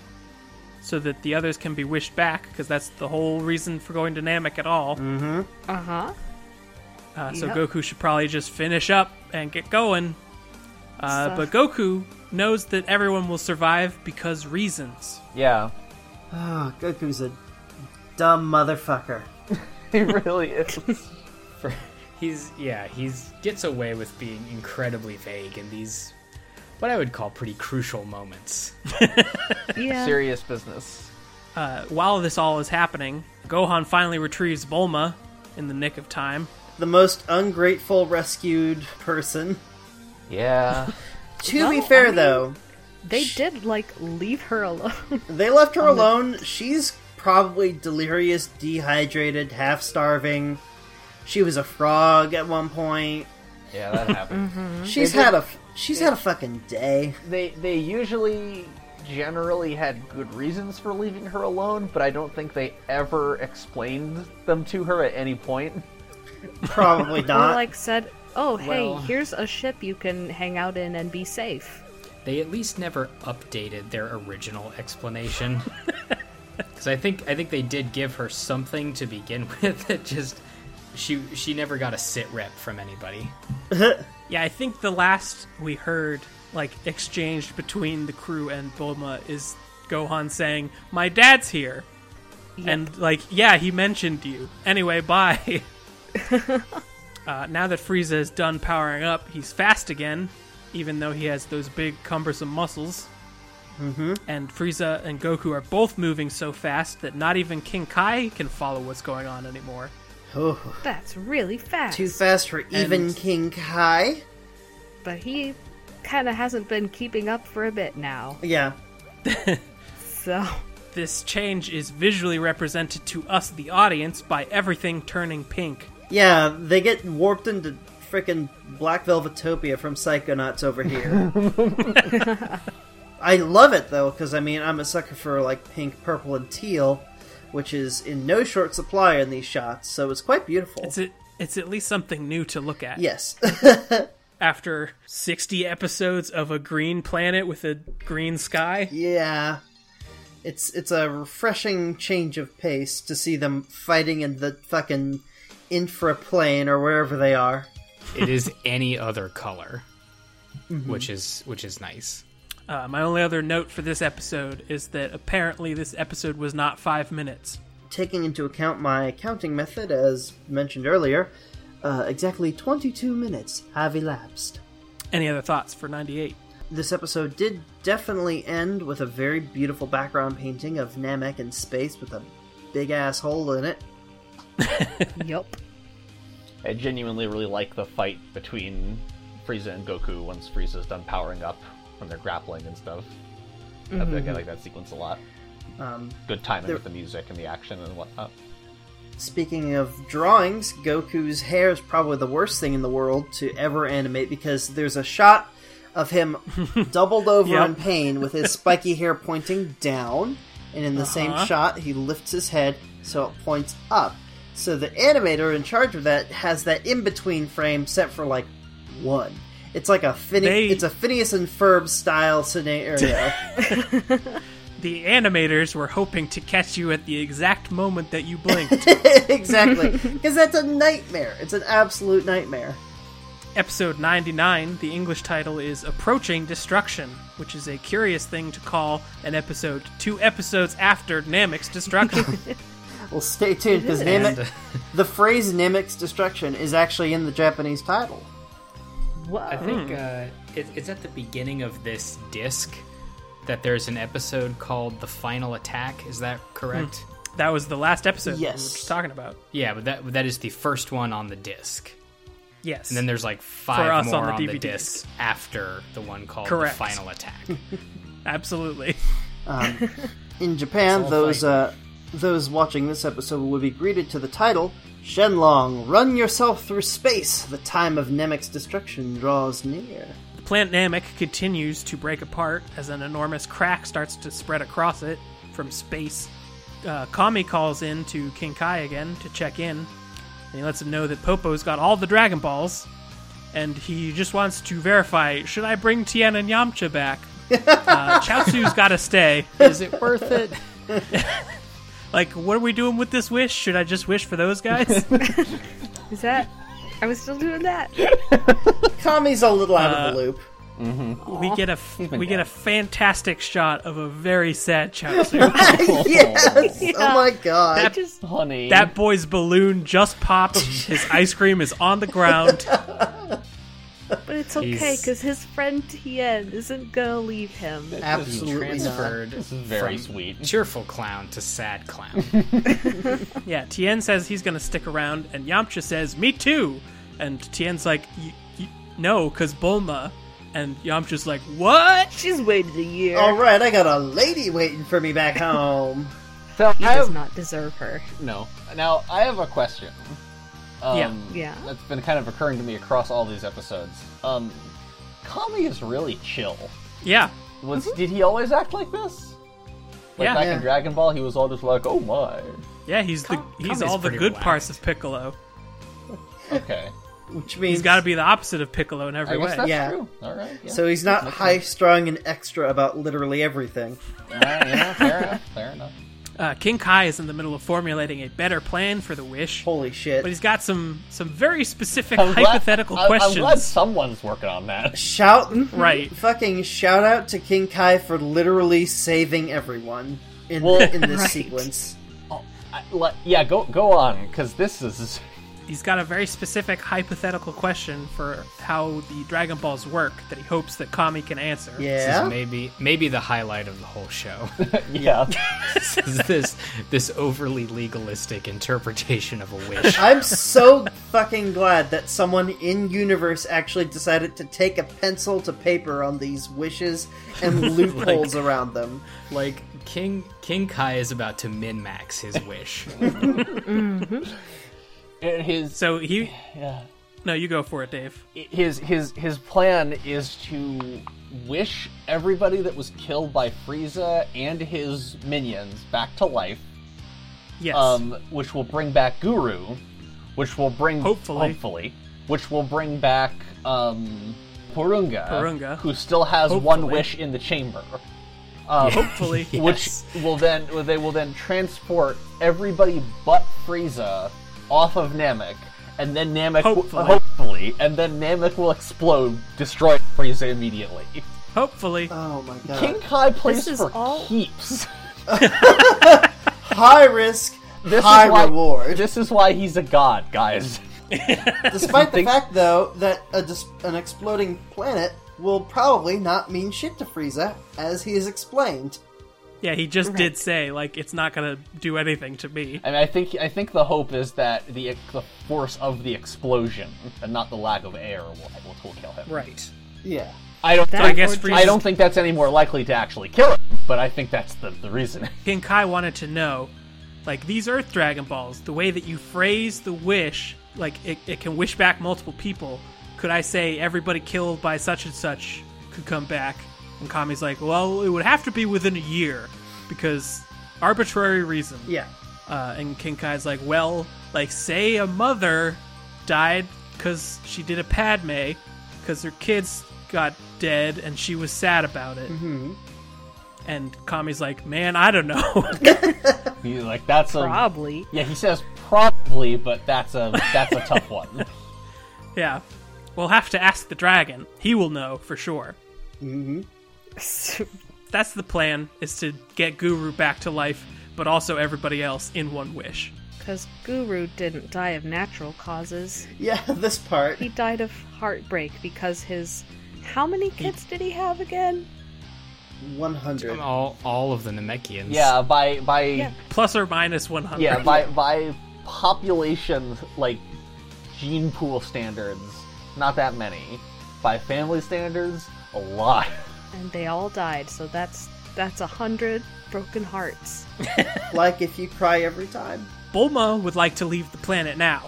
so that the others can be wished back because that's the whole reason for going to Namek at all.
Uh huh.
Uh, so
Yep.
Goku should probably just finish up and get going. Uh, but
Stuff.
Goku knows that everyone will survive because reasons.
Yeah,
Oh, Goku's a dumb motherfucker.
he really is.
For- he's yeah he's gets away with being incredibly vague in these what I would call pretty crucial moments.
Yeah.
Serious business.
Uh, while this all is happening, Gohan finally retrieves Bulma in the nick of time.
The most ungrateful rescued person.
Yeah.
To be
Well,
fair,
I mean-
though,
They did like leave her alone.
they left her alone. She's probably delirious, dehydrated, half starving. She was a frog at one point.
Yeah, that happened.
Hmm?
She's had a she's had a fucking day.
Mm-hmm. they they usually generally had good reasons for leaving her alone, but I don't think they ever explained them to her at any point.
Probably
Or
not.
like said, "Oh, hey,
Well-
here's a ship you can hang out in and be safe."
They at least never updated their original explanation. Cuz I think I think they did give her something to begin with that just she she never got a sit rep from anybody.
Yeah, I think the last we heard, like, exchanged between the crew and Bulma is Gohan saying, My dad's here. And, like, yeah, he mentioned you. Anyway, bye. uh, now that Frieza is done powering up, he's fast again, even though he has those big, cumbersome muscles. Mm-hmm. And Frieza and Goku are both moving so fast that not even King Kai can follow what's going on anymore.
Oh,
That's really fast.
too fast for even
And-
King Kai.
But he kind of hasn't been keeping up for a bit now.
Yeah,
So,
This change is visually represented to us, the audience, by everything turning pink.
yeah. They get warped into freaking Black Velvetopia from Psychonauts over here. I love it though, because I mean, I'm a sucker for like pink, purple, and teal, which is in no short supply in these shots. So it's quite beautiful.
It's a, it's at least something new to look at.
yes.
After 60 episodes of a green planet with a green sky.
Yeah. It's it's a refreshing change of pace to see them fighting in the fucking infraplane or wherever they are.
It is any other color, which is which is nice.
Uh, my only other note for this episode is that apparently this episode was not five minutes.
Taking into account my counting method, as mentioned earlier, uh, exactly 22 minutes have elapsed.
Any other thoughts for 98?
This episode did definitely end with a very beautiful background painting of Namek in space with a big ass hole in it.
yup.
I genuinely really like the fight between Frieza and Goku once Frieza's done powering up when they're grappling and stuff. I think I like that sequence a lot.
Um,
Good timing
There-
with the music and the action and whatnot.
Speaking of drawings, Goku's hair is probably the worst thing in the world to ever animate because there's a shot of him doubled over
Yep.
in pain with his spiky hair pointing down, and in the
Uh-huh.
same shot, he lifts his head so it points up. So the animator in charge of that has that in between frame set for like one. It's like a Phine-
They-
it's a Phineas and Ferb style scenario.
The animators were hoping to catch you at the exact moment that you blinked.
exactly, because that's a nightmare. It's an absolute nightmare.
Episode 99, the English title is Approaching Destruction, which is a curious thing to call an episode two episodes after Namek's destruction.
Well, stay tuned because Namek,
uh,
the phrase Namek's destruction is actually in the Japanese title.
I
Whoa.
think uh, it, it's at the beginning of this disc that there's an episode called "The Final Attack." Is that correct?
that was the last episode we were
Yes.
just talking about.
Yeah, but that that is the first one on the disc,
Yes.
and then there's like five
us
more
on the
on the,
DVD.
disc after the one called
Correct.
"The Final Attack."
Absolutely.
In Japan,
all
those
fight.
uh, those watching this episode will be greeted to the title Shenlong, Run Yourself Through Space. The time of Nemec's destruction draws near.
Planet Namek continues to break apart as an enormous crack starts to spread across it from space. Uh, Kami calls in to King Kai again to check in, and he lets him know that Popo's got all the Dragon Balls, and he just wants to verify should I bring Tien and Yamcha back? uh, Chaozu's gotta stay.
is it worth it?
Like, what are we doing with this wish? Should I just wish for those guys?
Is that? I was still doing that.
Kami's a little out of the loop.
we get a f- we get a fantastic shot of a very sad Chaozu.
yes! Oh my god.
I just
Honey,
That boy's balloon just popped. His ice cream is on the ground.
But it's okay
He's-
because his friend Tien isn't gonna leave him.
Absolutely not.
Transferred
very
from
sweet.
cheerful clown to sad clown.
Yeah, Tien says he's gonna stick around, and Yamcha says, "Me too." And Tien's like, y- y- "No, cause Bulma." And Yamcha's like, "What?"
She's waited a year.
Alright, I got a lady waiting for me back home.
So
He
I
does
have-
not deserve her.
No. Now I have a question. Um,
Yeah. Yeah.
That's been kind of occurring to me across all these episodes. Um, Kami is really chill.
Yeah.
Was
Mm-hmm.
did he always act like this? Like
Yeah.
back
Yeah.
in Dragon Ball, he was all just like, "Oh my."
Yeah, he's the
Kami-
he's
Kami's
all the
pretty
good parts
relaxed.
of Piccolo.
Okay.
Which means
He's got to be the opposite of Piccolo in
I
every way.
guess that's
Yeah.
true. All right. Yeah.
So he's not high strung and extra about literally everything.
Yeah, yeah, fair enough. Fair enough.
Uh, King Kai is in the middle of formulating a better plan for the wish,
Holy shit!
but he's got some some very specific
I'm glad-
hypothetical
I- I'm,
questions.
glad someone's working on that.
Shouting,
Right.
Fucking shout out to King Kai for literally saving everyone in
Well,
in this
Right.
sequence.
Oh, I, like, yeah, go go on, because this is
He's got a very specific hypothetical question for how the Dragon Balls work that he hopes that Kami can answer.
This is
Yeah,
maybe maybe the highlight of the whole show.
yeah.
is this this overly legalistic interpretation of a wish.
I'm so fucking glad that someone in universe actually decided to take a pencil to paper on these wishes and loopholes around them.
like King King Kai is about to min max his wish.
And his
So he,
yeah.
no, you go for it, Dave.
his his his plan is to wish everybody that was killed by Frieza and his minions back to life,
Yes,
um, which will bring back Guru, which will bring
Hopefully.
hopefully which will bring back um, Purunga,
Purunga.
who still has one
Hopefully.
wish in the chamber. Um,
hopefully.
Yes.
Which will then well, they will then transport everybody but Frieza off of Namek, and then Namek will-
Hopefully.
hopefully, and then Namek will explode, destroy Frieza immediately.
hopefully,
Oh my god!
King Kai plays
This is
for
all-
keeps.
High risk,
This
high
is why,
reward.
This is why he's a god, guys.
Despite the fact, though, that a dis- an exploding planet will probably not mean shit to Frieza, as he has explained.
yeah, he just did say like it's not gonna do anything to me.
I mean, I think I think the hope is that the the force of the explosion and not the lack of air will will, will kill him.
Right.
Yeah.
I don't.
That
I
think,
guess
or
Frieza's-
I don't think that's any more likely to actually kill him, but I think that's the the reason.
King Kai wanted to know, like these Earth Dragon Balls, the way that you phrase the wish, like it, it can wish back multiple people. Could I say everybody killed by such and such could come back? And Kami's like, well, it would have to be within a year because arbitrary reason.
Yeah.
Uh, and King Kai's like, well, like say a mother died because she did a Padme because her kids got dead and she was sad about it. And Kami's like, man, I don't know.
He's like, that's a
Probably.
Yeah, he says probably, but that's a that's a tough one.
Yeah. We'll have to ask the dragon. He will know for sure. That's the plan is to get Guru back to life, but also everybody else in one wish.
Because Guru didn't die of natural causes.
Yeah, this part.
He died of heartbreak because his. How many kids did he have again?
100.
all all of the Namekians.
Yeah, by by yeah,
Yeah.
Plus or minus 100.
by by population like gene pool standards, not that many. By family standards, a lot.
And they all died, so that's that's a hundred broken hearts.
Like if you cry every time.
Bulma would like to leave the planet now.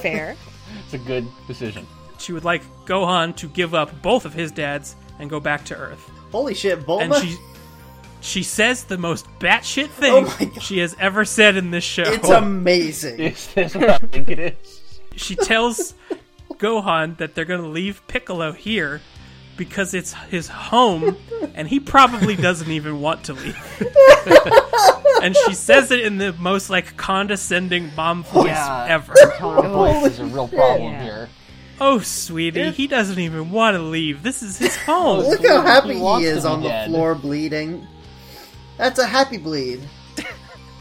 Fair.
It's a good decision.
she would like Gohan to give up both of his dads and go back to Earth.
Holy shit,
And
Bulma.
she she says the most batshit thing
Oh my God.
she has ever said in this show.
It's amazing.
Is this what I think it is?
she tells Gohan that they're going to leave Piccolo here because it's his home and he probably doesn't even want to leave. and she says it in the most like condescending mom voice
Yeah.
ever.
Tone of voice is a real problem
Yeah.
here.
Oh, sweetie, he doesn't even want to leave. This is his home.
Look how happy
He
he,
wants
is
to be
on the
dead.
floor bleeding. That's a happy bleed.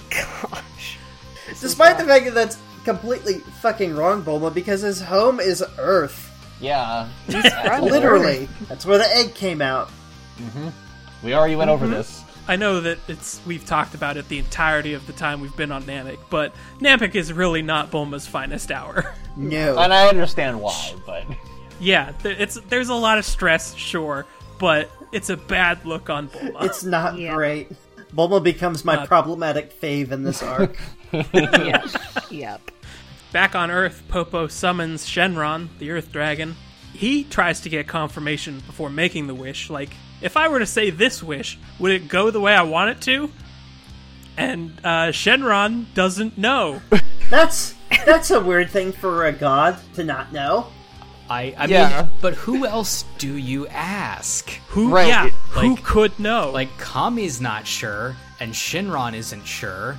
Gosh.
Despite the fact that that's completely fucking wrong, Bulma, because his home is Earth.
Yeah,
Literally. That's where the egg came out.
we already went over this.
I know that it's we've talked about it the entirety of the time we've been on Namek, but Namek is really not Bulma's finest hour.
No.
And I understand why, but
yeah, there, it's there's a lot of stress, sure, but it's a bad look on Bulma.
It's not
Yeah.
great. Bulma becomes my problematic fave in this arc.
yep. yep.
Back on Earth, Popo summons Shenron, the Earth Dragon. He tries to get confirmation before making the wish. Like, if I were to say this wish, would it go the way I want it to? And uh, Shenron doesn't know.
that's that's a weird thing for a god to not know.
I, I
Yeah.
mean, but who else do you ask?
Who,
Right,
yeah,
it-
who
like-
could know?
Like Kami's not sure, and Shinron isn't sure.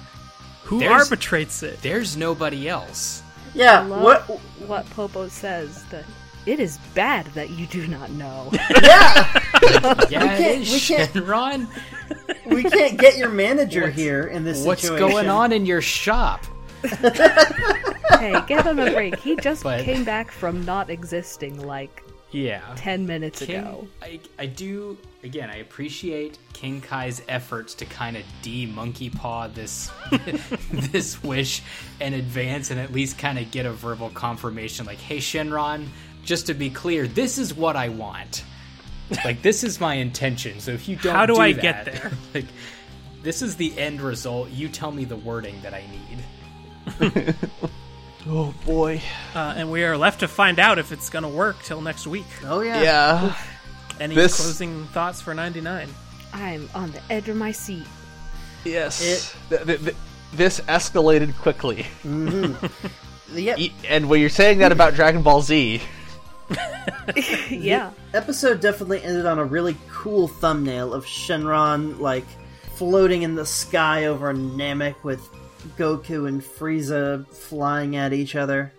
who
there's-
arbitrates it?
There's nobody else.
Yeah,
love
what?
what Popo says that it is bad that you do not know.
Yeah,
Yeah, it
can't-
is
we can't-
Shinron.
we can't get your manager here in this
What's
situation.
going on in your shop?
hey, give him a break. He just
But-
came back from not existing like
Yeah.
10 minutes ago.
King, I, I do again. I appreciate King Kai's efforts to kind of de monkey paw this this wish in advance, and at least kind of get a verbal confirmation, like, "Hey Shenron, just to be clear, this is what I want. Like, this is my intention. So if you don't,
How do I
that,
get there?"
Like, this is the end result. You tell me the wording that I need.
Oh boy.
Uh, and we are left to find out if it's going to work till next week.
Oh yeah.
Yeah.
Any
This-
closing thoughts for 99?
I'm on the edge of my seat.
Yes. Th- th- th- this escalated quickly.
Yep.
E- And when you're saying that about Dragon Ball Z,
Yeah.
episode definitely ended on a really cool thumbnail of Shenron like floating in the sky over Namek with Goku and Frieza flying at each other.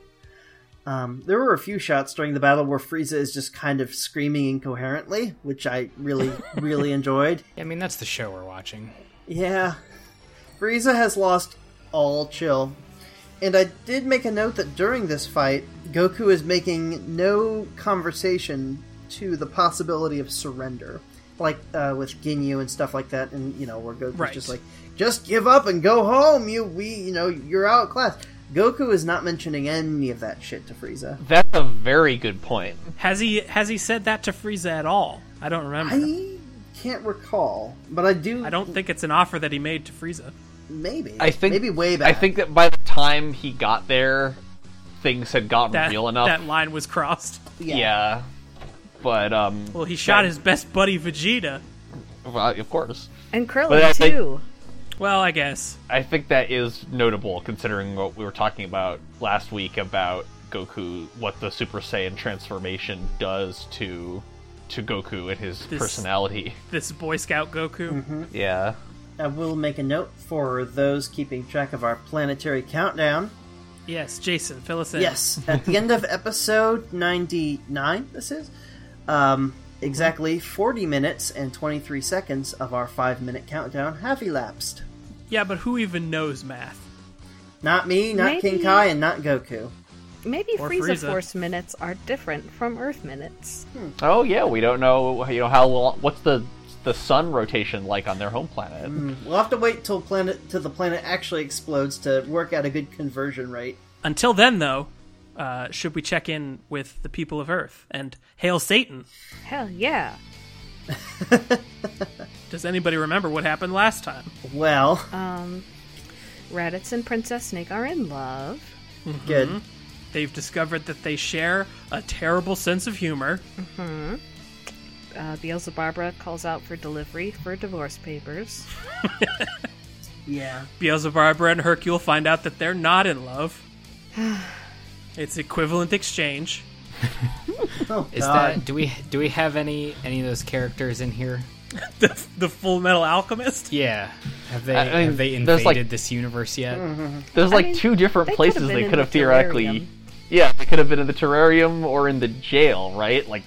Um, there were a few shots during the battle where Frieza is just kind of screaming incoherently, which I really, really enjoyed.
I mean, that's the show we're watching.
Yeah. Frieza has lost all chill. And I did make a note that during this fight, Goku is making no conversation to the possibility of surrender. Like uh, with Ginyu and stuff like that, and you know, where Goku's
Right.
just like, just give up and go home, you we you know, you're outclassed. Goku is not mentioning any of that shit to Frieza.
that's a very good point.
Has he has he said that to Frieza at all? I don't remember.
I can't recall, but I do
I don't think it's an offer that he made to Frieza.
maybe.
I think
maybe way back.
I think that by the time he got there, things had gotten
That,
real enough.
that line was crossed.
yeah. But um,
Well, he shot his best buddy Vegeta.
well, of course,
And
But I
Krillin,
think-
too.
Well, I guess.
I think that is notable considering what we were talking about last week about Goku, what the Super Saiyan transformation does to to Goku and his
This-
personality.
This Boy Scout Goku.
Mm-hmm.
Yeah.
I will make a note for those keeping track of our planetary countdown.
Yes, Jason, fill us in.
Yes, at the end of episode 99, this is um, exactly 40 minutes and 23 seconds of our five minute countdown have elapsed.
Yeah, but who even knows math?
Not me, not
Maybe-
King Kai, and not Goku.
Maybe
Or
Frieza,
Frieza.
Force minutes are different from Earth minutes.
Oh yeah, we don't know. You know how long? What's the the sun rotation like on their home planet?
Hmm.
We'll have to wait till planet till the planet actually explodes to work out a good conversion rate.
Until then, though, uh, should we check in with the people of Earth and hail Satan?
Hell yeah.
Does anybody remember what happened last time?
Well,
Um, Raditz and Princess Snake are in love.
good.
Mm-hmm. They've discovered that they share a terrible sense of humor.
Uh, Beelzebarbara calls out for delivery for divorce papers.
Yeah.
Beelzebub and Hercule find out that they're not in love. it's equivalent exchange.
Oh,
Is
God.
that do we do we have any any of those characters in here?
The, the Full Metal Alchemist.
Yeah, have they
I mean,
have they
there's,
invaded
like-
this universe yet?
Mm-hmm.
There's like
mean,
two different
they could've
places
been
they
in
could have
the
theoretically.
terrarium.
Yeah, they could have been in the terrarium or in the jail, right? Like,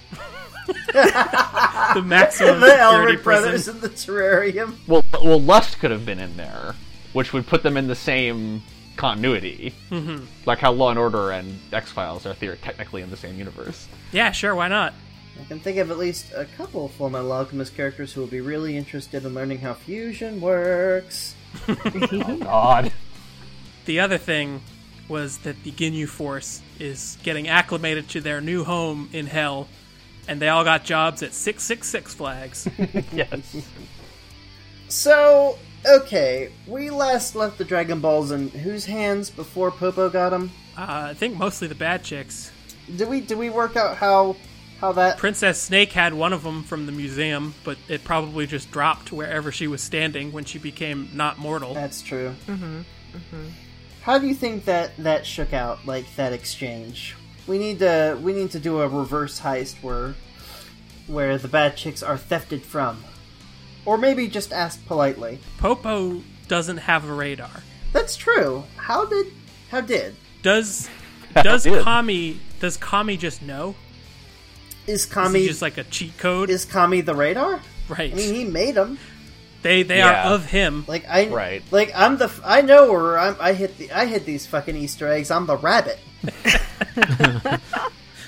The maximum
the
security
Elric brothers
prison.
in the terrarium?
well, well, Lust could have been in there, which would put them in the same continuity, mm-hmm. like how Law and Order and X Files are theor- technically in the same universe.
Yeah, sure, why not?
I can think of at least a couple of Full Metal Alchemist characters who will be really interested in learning how fusion works.
God,
The other thing was that the Ginyu Force is getting acclimated to their new home in Hell, and they all Uh, got jobs at 666 Flags.
yes.
So Okay, we last left the Dragon Balls in whose hands before Popo got them?
Uh, I think mostly the bad chicks.
Did we did we work out how how that
Princess Snake had one of them from the museum, but it probably just dropped wherever she was standing when she became not mortal.
That's true. Mm-hmm. Mm-hmm. How do you think that that shook out, like that exchange? We need to we need to do a reverse heist where where the bad chicks are thefted from, or maybe just ask politely.
Popo doesn't have a radar.
That's true. How did how did
Does does
Dude.
Kami does Kami just know?
is
Is he
Kami
just like a cheat code?
is Kami the radar?
right.
I mean, he made him.
they they
Yeah.
are of him.
Like I
Right.
Like I'm the f- I know where I'm. I hit the I hit these fucking Easter eggs. I'm the rabbit.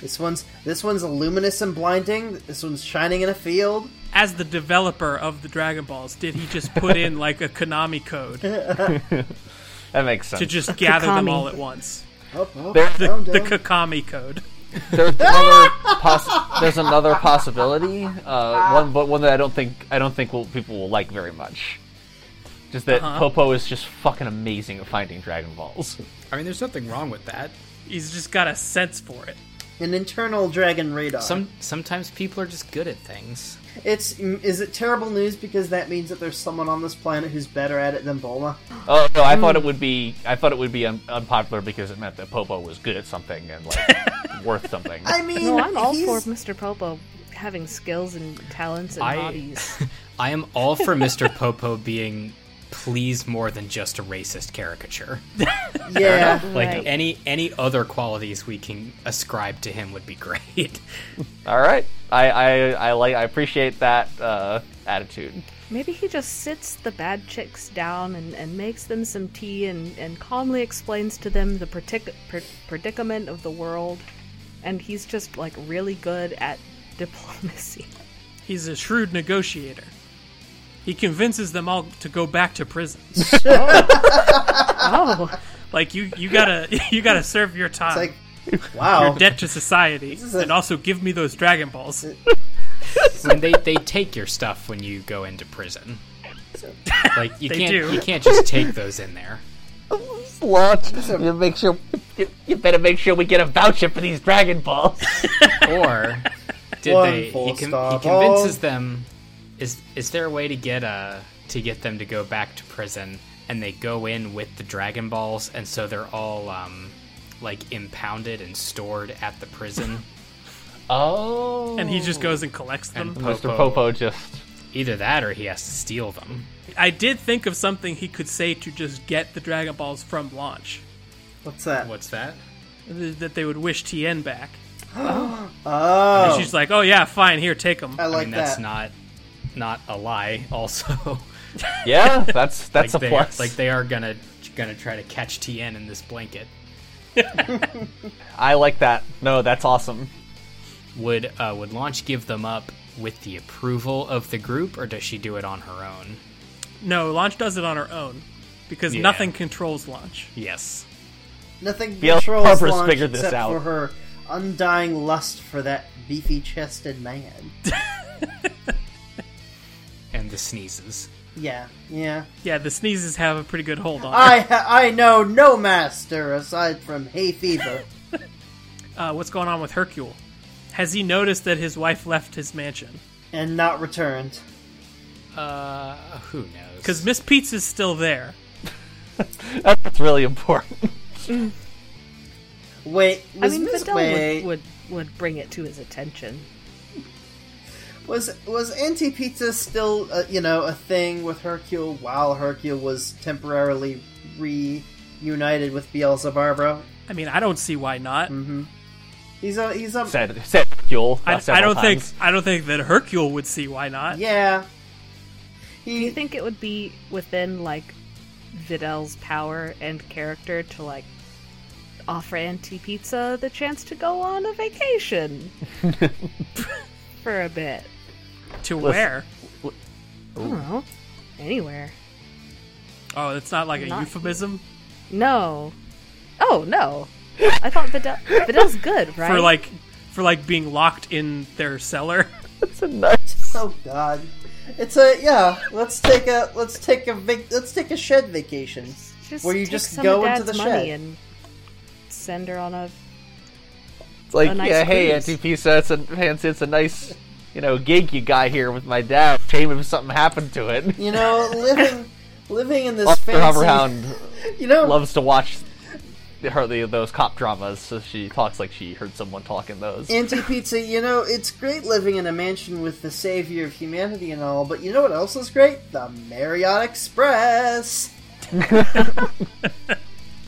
this one's this one's luminous and blinding. This one's shining in a field.
As the developer of the Dragon Balls, did he just put in like a Konami code
That makes sense.
to just gather them
Kakami.
all at once?
Up, up,
There-
The,
Oh, down,
the
down.
Kakami code.
there's another poss- there's another possibility. Uh, one, but one that I don't think I don't think will, people will like very much. Just that Popo is just fucking amazing at finding Dragon Balls.
I mean, there's nothing wrong with that.
He's just got a sense for it.
An internal dragon radar.
Some sometimes people are just good at things.
It's mm, is it terrible news because that means that there's someone on this planet who's better at it than Bulma.
Oh no, I thought it would be I thought it would be un- unpopular because it meant that Popo was good at something and like worth something.
I mean,
No, I'm all
he's-
for Mr. Popo having skills and talents and
I-
hobbies.
I am all for Mr. Popo being please more than just a racist caricature.
yeah.
Like
Right.
any any other qualities we can ascribe to him would be great.
All right, I I, I like I appreciate that uh, attitude.
Maybe he just sits the bad chicks down and, and makes them some tea and, and calmly explains to them the partic- per- predicament of the world. And he's just like really good at diplomacy.
He's a shrewd negotiator. He convinces them all to go back to prison.
Oh,
Like you, you gotta, you gotta serve your time,
Like, wow.
debt to society,
a-
and also give me those Dragon Balls.
when they, they take your stuff when you go into prison. Like you
They
can't
do.
you can't just take those in there.
Launch. You make sure you, you better make sure we get a voucher for these Dragon Balls.
Or did
One
they
full
he, con- he
stop.
convinces
Oh.
them is is there a way to get uh to get them to go back to prison and they go in with the Dragon Balls and so they're all um like impounded and stored at the prison.
Oh,
And he just goes and collects
And
them.
Mr.
Popo-
Popo just
Either that or he has to steal them.
I did think of something he could say to just get the Dragon Balls from launch,
What's that?
What's that?
th- that they would wish Tien back.
Oh,
And she's like, "Oh yeah, fine, here, take them."
I like
I mean that's
that.
not not a lie also.
yeah. That's that's
like
a
they,
plus.
Like they are gonna gonna try to catch TN in this blanket.
I like that. No, that's awesome.
Would uh, would launch give them up with the approval of the group, or does she do it on her own?
No, launch does it on her own because
Yeah.
nothing controls launch.
Yes.
Nothing
Bale
controls
Harper's
launch
figured this
except
out.
for her undying lust for that beefy-chested man.
And the sneezes.
Yeah, yeah.
Yeah, the sneezes have a pretty good hold on.
I ha- I know no master aside from hay fever.
Uh, what's going on with Hercule? Has he noticed that his wife left his mansion?
and not returned.
Uh, who knows?
Because Miss Pizza's still there.
That's really important.
Wait,
I
was
mean,
Miss
Fidel
Wait,
would, would would bring it to his attention.
was was Auntie Pizza still uh, you know a thing with Hercule while Hercule was temporarily reunited with Beelzebarbro?
I mean, I don't see why not.
Mm-hmm. He's a he's a
Said said Yule.
I,
uh,
I
several
don't think
times.
I don't think that Hercule would see why not.
yeah.
Do you
He
think it would be within like Videl's power and character to like offer Auntie Pizza the chance to go on a vacation for a bit?
To where?
I don't know. Anywhere.
Oh, that's not like a
Not
euphemism
No. Oh no. I thought Videl Videl's good, right?
for like for like being locked in their cellar.
That's a nice.
oh god. It's a yeah. Let's take a let's take a vac- let's take a shed vacation
Just
where you
take
just
some
go
of
into
dad's
the
money
shed.
and send her on a
It's like,
A nice
yeah, hey,
cruise.
Auntie Pisa, it's a fancy, it's a nice, you know, gig you got here with my dad. Shame if something happened to it.
You know, living living in this
Officer
fancy.
Hoverhound
You know,
loves to watch the, her, the, those cop dramas, so she talks like she heard someone talking those.
Auntie Pizza. You know, it's great living in a mansion with the savior of humanity and all. But you know what else is great? The Marriott Express.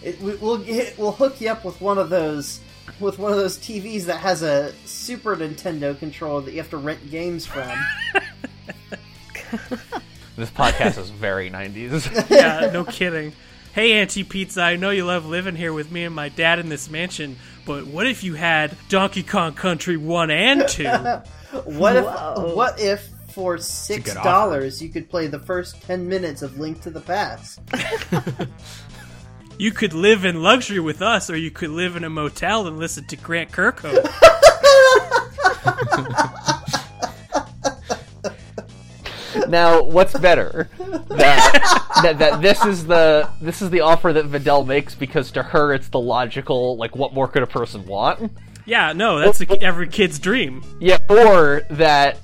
it, we, we'll get, we'll hook you up with one of those with one of those TVs that has a Super Nintendo controller that you have to rent games from.
This podcast is very 90s.
Yeah, no kidding. Hey, Auntie Pizza, I know you love living here with me and my dad in this mansion, but what if you had Donkey Kong Country 1 and 2?
What if what if for six
good offer.
dollars you could play the first ten minutes of Link to the Past?
You could live in luxury with us, or you could live in a motel and listen to Grant Kirkhope.
now, what's better? That, that that this is the this is the offer that Videl makes because to her it's the logical like what more could a person want?
Yeah, no, that's a, every kid's dream.
Yeah, or that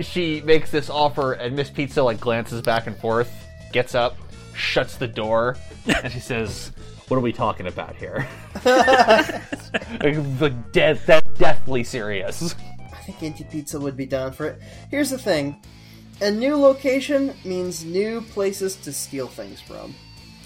she makes this offer and Miss Pizza like glances back and forth, gets up, shuts the door, and she says, "What are we talking about here?" like, like dead, that deathly serious.
I think Auntie Pizza would be down for it. Here's the thing: a new location means new places to steal things from.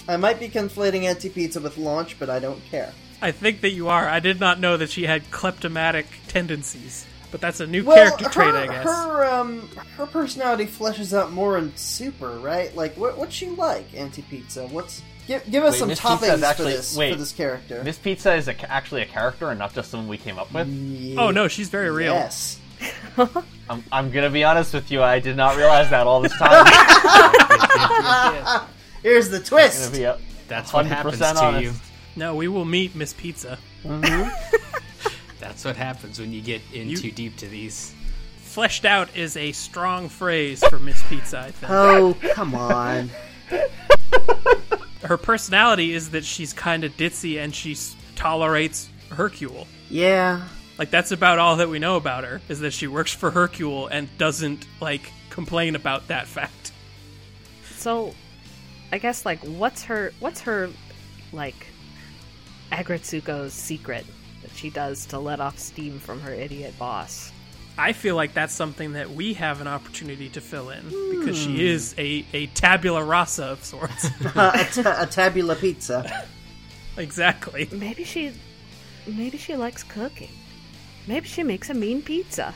I might be conflating Auntie Pizza with Launch, but I don't care.
I think that you are. I did not know that she had kleptomatic tendencies, but that's a new
Well,
character
her,
trait, I guess.
her um her personality fleshes out more in Super, right? Like, what what's she like, Auntie Pizza? What's give, give us
Wait,
some
Miss Pizza's
toppings
actually-
for this
wait.
for this character?
Miss Pizza is a, actually a character and not just someone we came up with.
oh, no, she's very real.
Yes.
I'm, I'm gonna be honest with you, I did not realize that all this time.
Here's the
I'm
twist.
gonna be up.
That's what happens
100%
to
honest.
you.
No, we will meet Miss Pizza.
That's what happens when you get in
You-
too deep to these.
Fleshed out is a strong phrase for Miss Pizza, I think.
Oh, come on.
Her personality is that she's kind of ditzy and she s- tolerates Hercule.
Yeah.
Like that's about all that we know about her is that she works for Hercule and doesn't like complain about that fact.
So, I guess like what's her what's her like Agritsuko's secret that she does to let off steam from her idiot boss?
I feel like that's something that we have an opportunity to fill in because
Hmm.
she is a, a tabula rasa of sorts.
a, ta- a tabula pizza.
exactly.
Maybe she maybe she likes cooking. Maybe she makes a mean pizza.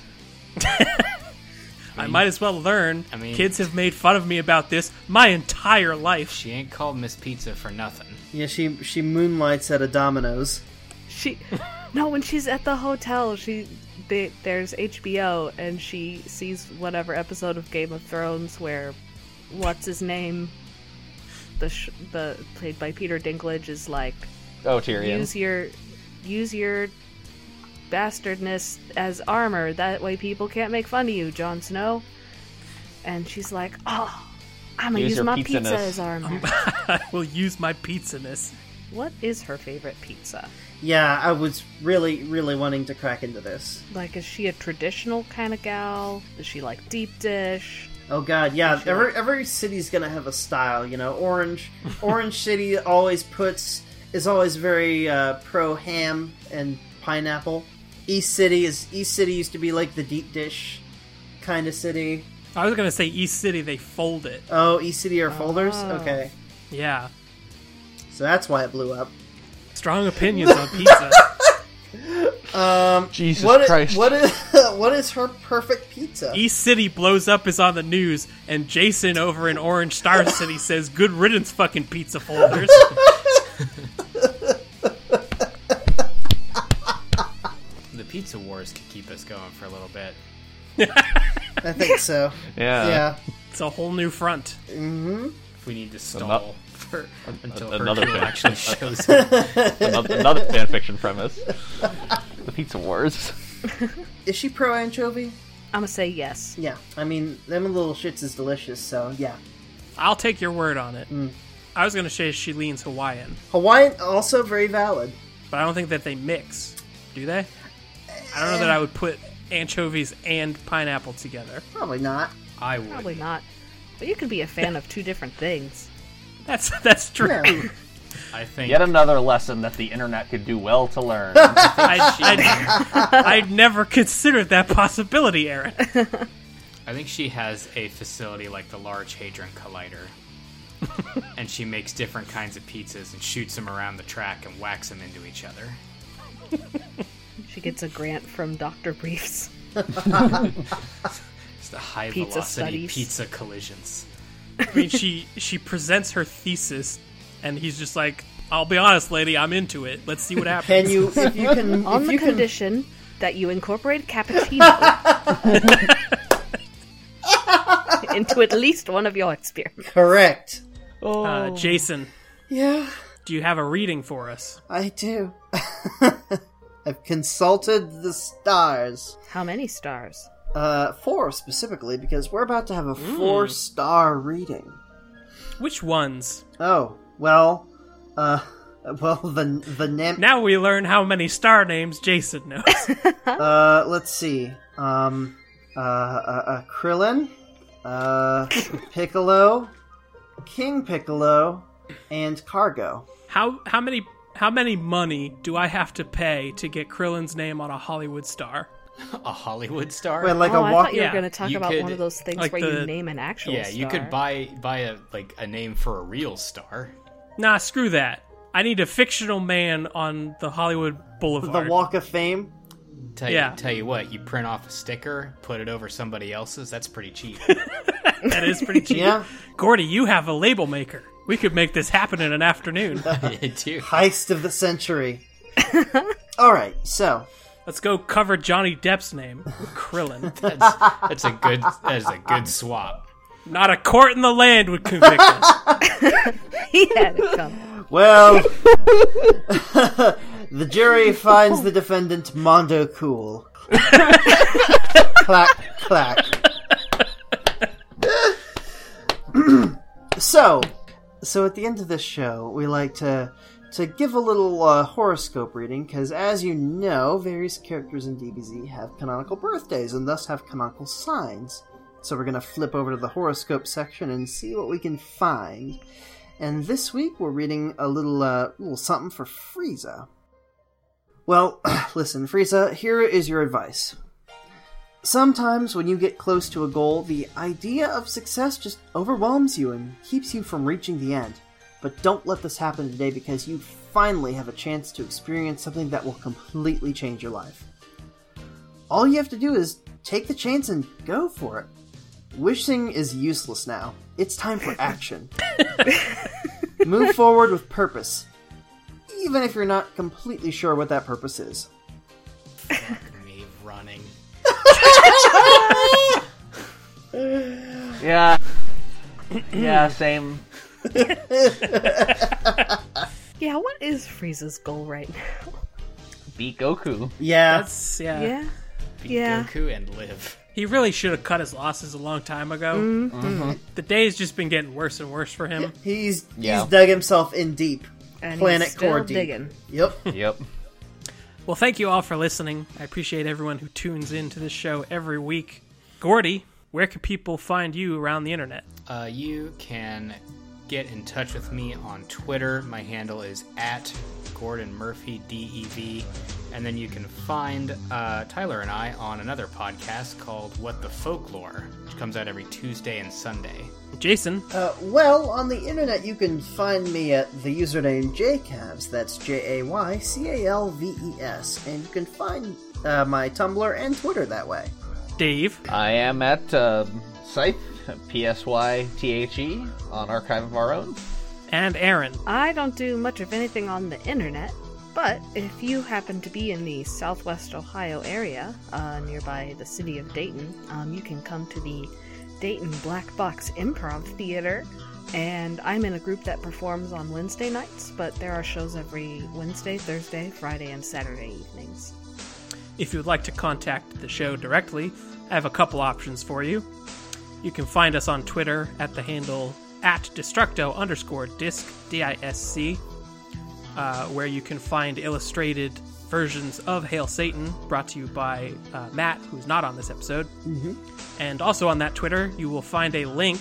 I might as well learn.
I mean-
Kids have made fun of me about this my entire life.
She ain't called Miss Pizza for nothing.
Yeah, she she moonlights at a Domino's.
She No, when she's at the hotel, she they, there's HBO and she sees whatever episode of Game of Thrones where what's his name the sh- the played by Peter Dinklage is like
Oh, Tyrion.
use your use your bastardness as armor that way people can't make fun of you Jon Snow and she's like oh I'm gonna
Use
use,
your
my
pizza-ness."
pizza as armor
I will use my pizza-ness.
what is her favorite pizza
Yeah, I was really really wanting to crack into this.
like is she a traditional kind of gal does she like deep dish
Oh god, yeah. Every every city's gonna have a style, you know. Orange Orange City always puts is always very uh, pro ham and pineapple. East City is East City used to be like the deep dish kind of city.
I was gonna say East City. They fold it.
Oh, East City are folders. Okay,
Yeah,
so that's why it blew up.
strong opinions on pizza.
Jesus
What is, what is what is her perfect pizza?
East City blows up is on the news, and Jason over in Orange Star City says, "Good riddance, fucking pizza folders."
The pizza wars could keep us going for a little bit.
I think so.
Yeah.
Yeah.
it's a whole new front.
If we need to
not-
stall for until
another
another
thing.
actually shows up.
another, another fanfiction premise. The Pizza Wars.
Is she pro anchovy?
I'm gonna say yes.
Yeah, I mean, them little shits is delicious, so yeah.
I'll take your word on it. I was going to say she leans Hawaiian,
Hawaiian, also very valid.
but I don't think that they mix, do they? I don't know that I would put anchovies and pineapple together.
Probably not.
I would.
Probably not. But you could be a fan of two different things.
That's that's true.
Yeah.
I think.
Yet another lesson that the internet could do well to learn.
I, I, I never considered that possibility, Aaron.
I think she has a facility like the Large Hadron Collider. and she makes different kinds of pizzas and shoots them around the track and whacks them into each other.
She gets a grant from Dr. Briefs.
It's the high
Pizza
velocity
studies.
pizza collisions.
I mean, she she presents her thesis, and he's just like, "I'll be honest, lady, I'm into it. Let's see what happens."
Can you, if you can,
On
if
the
you can,
condition that you incorporate cappuccino into at least one of your experiments.
correct.
uh, Jason,
Yeah,
do you have a reading for us?
I do. I've consulted the stars.
How many stars?
Uh, four specifically, because we're about to have a
Mm.
four star reading.
Which ones?
Oh, well, uh, well, the, the name,
Now we learn how many star names Jason knows.
uh, let's see. Um, uh, uh, uh Krillin, uh, Piccolo, King Piccolo, and Cargo.
how how many how many money do I have to pay to get Krillin's name on a Hollywood star?
A Hollywood star?
Wait, like
oh,
a
I
walk.
thought you
yeah,
were going to talk
you
about
could-
one of those things
like
where
the-
you name an actual
yeah, you could
star.
buy buy a like a name for a real star.
Nah, screw that. I need a fictional man on the Hollywood
The
Boulevard.
Walk of Fame.
Tell
Yeah.
you, tell you what, you print off a sticker, put it over somebody else's. That's pretty cheap.
that is pretty cheap.
Yeah,
Gordy, you have a label maker. We could make this happen in an afternoon.
too.
heist of the century. All right, so
Let's go cover Johnny Depp's name, Krillin.
That's, that's a good. That is a good swap.
Not a court in the land would convict us.
he had it coming.
well, the jury finds the defendant Mondo cool. clack, clack. so, so at the end of this show, we like to to give a little uh, horoscope reading because, as you know, various characters in DBZ have canonical birthdays and thus have canonical signs. So we're gonna flip over to the horoscope section and see what we can find. And this week we're reading a little uh, little something for Frieza. Well, listen, Frieza, here is your advice. Sometimes when you get close to a goal, the idea of success just overwhelms you and keeps you from reaching the end. But don't let this happen today because you finally have a chance to experience something that will completely change your life. All you have to do is take the chance and go for it. Wishing is useless now. It's time for action. Move forward with purpose, even if you're not completely sure what that purpose is.
Me running.
yeah. Yeah, same.
Yeah, what is Frieza's goal right now?
Beat Goku.
Yeah.
That's,
Uh,
yeah.
Yeah.
Beat
Yeah.
Goku and live.
He really should have cut his losses a long time ago. The day's just been getting worse and worse for him.
He's
Yeah.
he's dug himself in deep.
And
Planet
he's still
core deep.
digging.
Yep.
Yep.
Well, thank you all for listening. I appreciate everyone who tunes in to this show every week. Gordy, where can people find you around the internet?
Uh, you can get in touch with me on Twitter. My handle is at Gordon Murphy DEV. And then you can find uh, Tyler and I on another podcast called What the Folklore, which comes out every Tuesday and Sunday.
Jason,
Uh, well, on the internet, you can find me at the username JCalves. That's J A Y C A L V E S, and you can find uh, my Tumblr and Twitter that way.
Dave,
I am at uh, Scythe, P S Y T H E, on Archive of Our Own.
and Aaron.
I don't do much of anything on the internet, but if you happen to be in the southwest Ohio area, uh, nearby the city of Dayton, um, you can come to the Dayton Black Box Improv Theater. And I'm in a group that performs on Wednesday nights, but there are shows every Wednesday, Thursday, Friday, and Saturday evenings.
If you would like to contact the show directly, I have a couple options for you. You can find us on Twitter at the handle at destructo underscore disc D-I-S-C, uh, where you can find illustrated versions of Hail Satan brought to you by uh, Matt, who's not on this episode. And also on that Twitter, you will find a link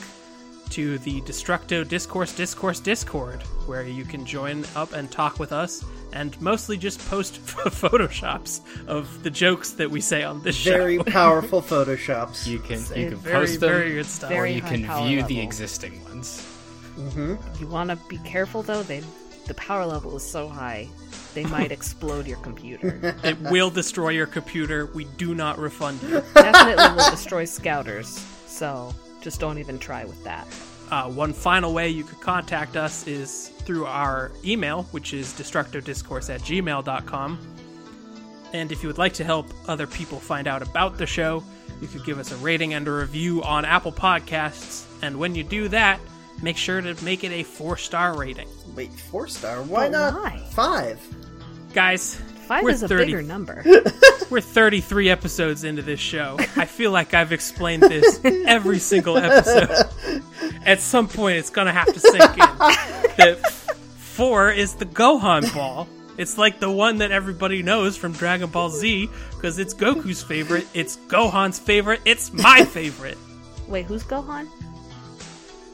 to the Destructo Discourse Discourse Discord, where you can join up and talk with us and mostly just post photoshops of the jokes that we say on this
Very
show.
powerful photoshops.
You can
It's
you
a
can
very,
post them,
very good stuff.
or
Very
you
high
can view
power
the
level.
existing ones.
You want to be careful though. They, the power level is so high, they might explode your computer.
It will destroy your computer. We do not refund you.
Definitely will destroy scouters. So just don't even try with that.
Uh, one final way you could contact us is through our email, which is destructodiscourse at gmail.com. And if you would like to help other people find out about the show, you could give us a rating and a review on Apple Podcasts. And when you do that, make sure to make it a four star rating.
Wait, four star? Why
But
not
why?
five?
Guys,
Five
We're
is a
30.
bigger number.
we're 33 episodes into this show. I feel like I've explained this every single episode. At some point, it's going to have to sink in that f- four is the Gohan ball. It's like the one that everybody knows from Dragon Ball Z because it's Goku's favorite, it's Gohan's favorite, it's my favorite.
Wait, who's Gohan?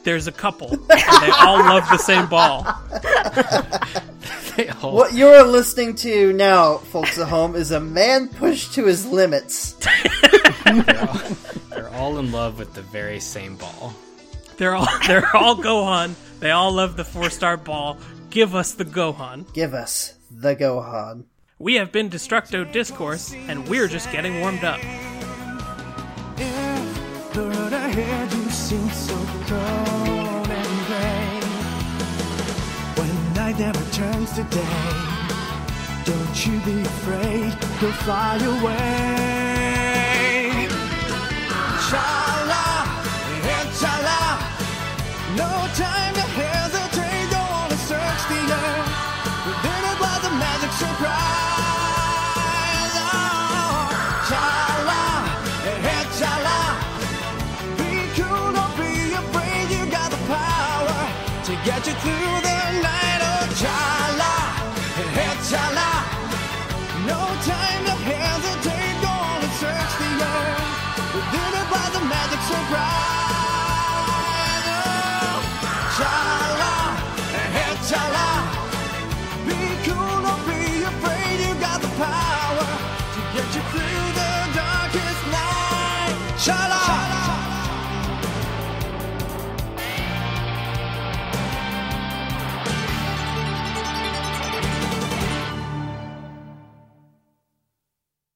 There's a couple, and they all love the same ball.
They all-
What you're listening to now, folks at home, is a man pushed to his limits.
They're all in love with the very same ball.
They're all they're all Gohan. They all love the four star ball. Give us the Gohan.
Give us the Gohan.
We have been Destructo Discourse, and we're just getting warmed up.
If the road ahead you seem so cold and gray, when night never turns to day, don't you be afraid, go fly away. Chala, yeah, chala, no time to hesitate, don't wanna search the earth. Within it lies a magic surprise. Oh, chala, yeah, chala. Be cool, don't be afraid, you got the Oh, power to get you through Oh,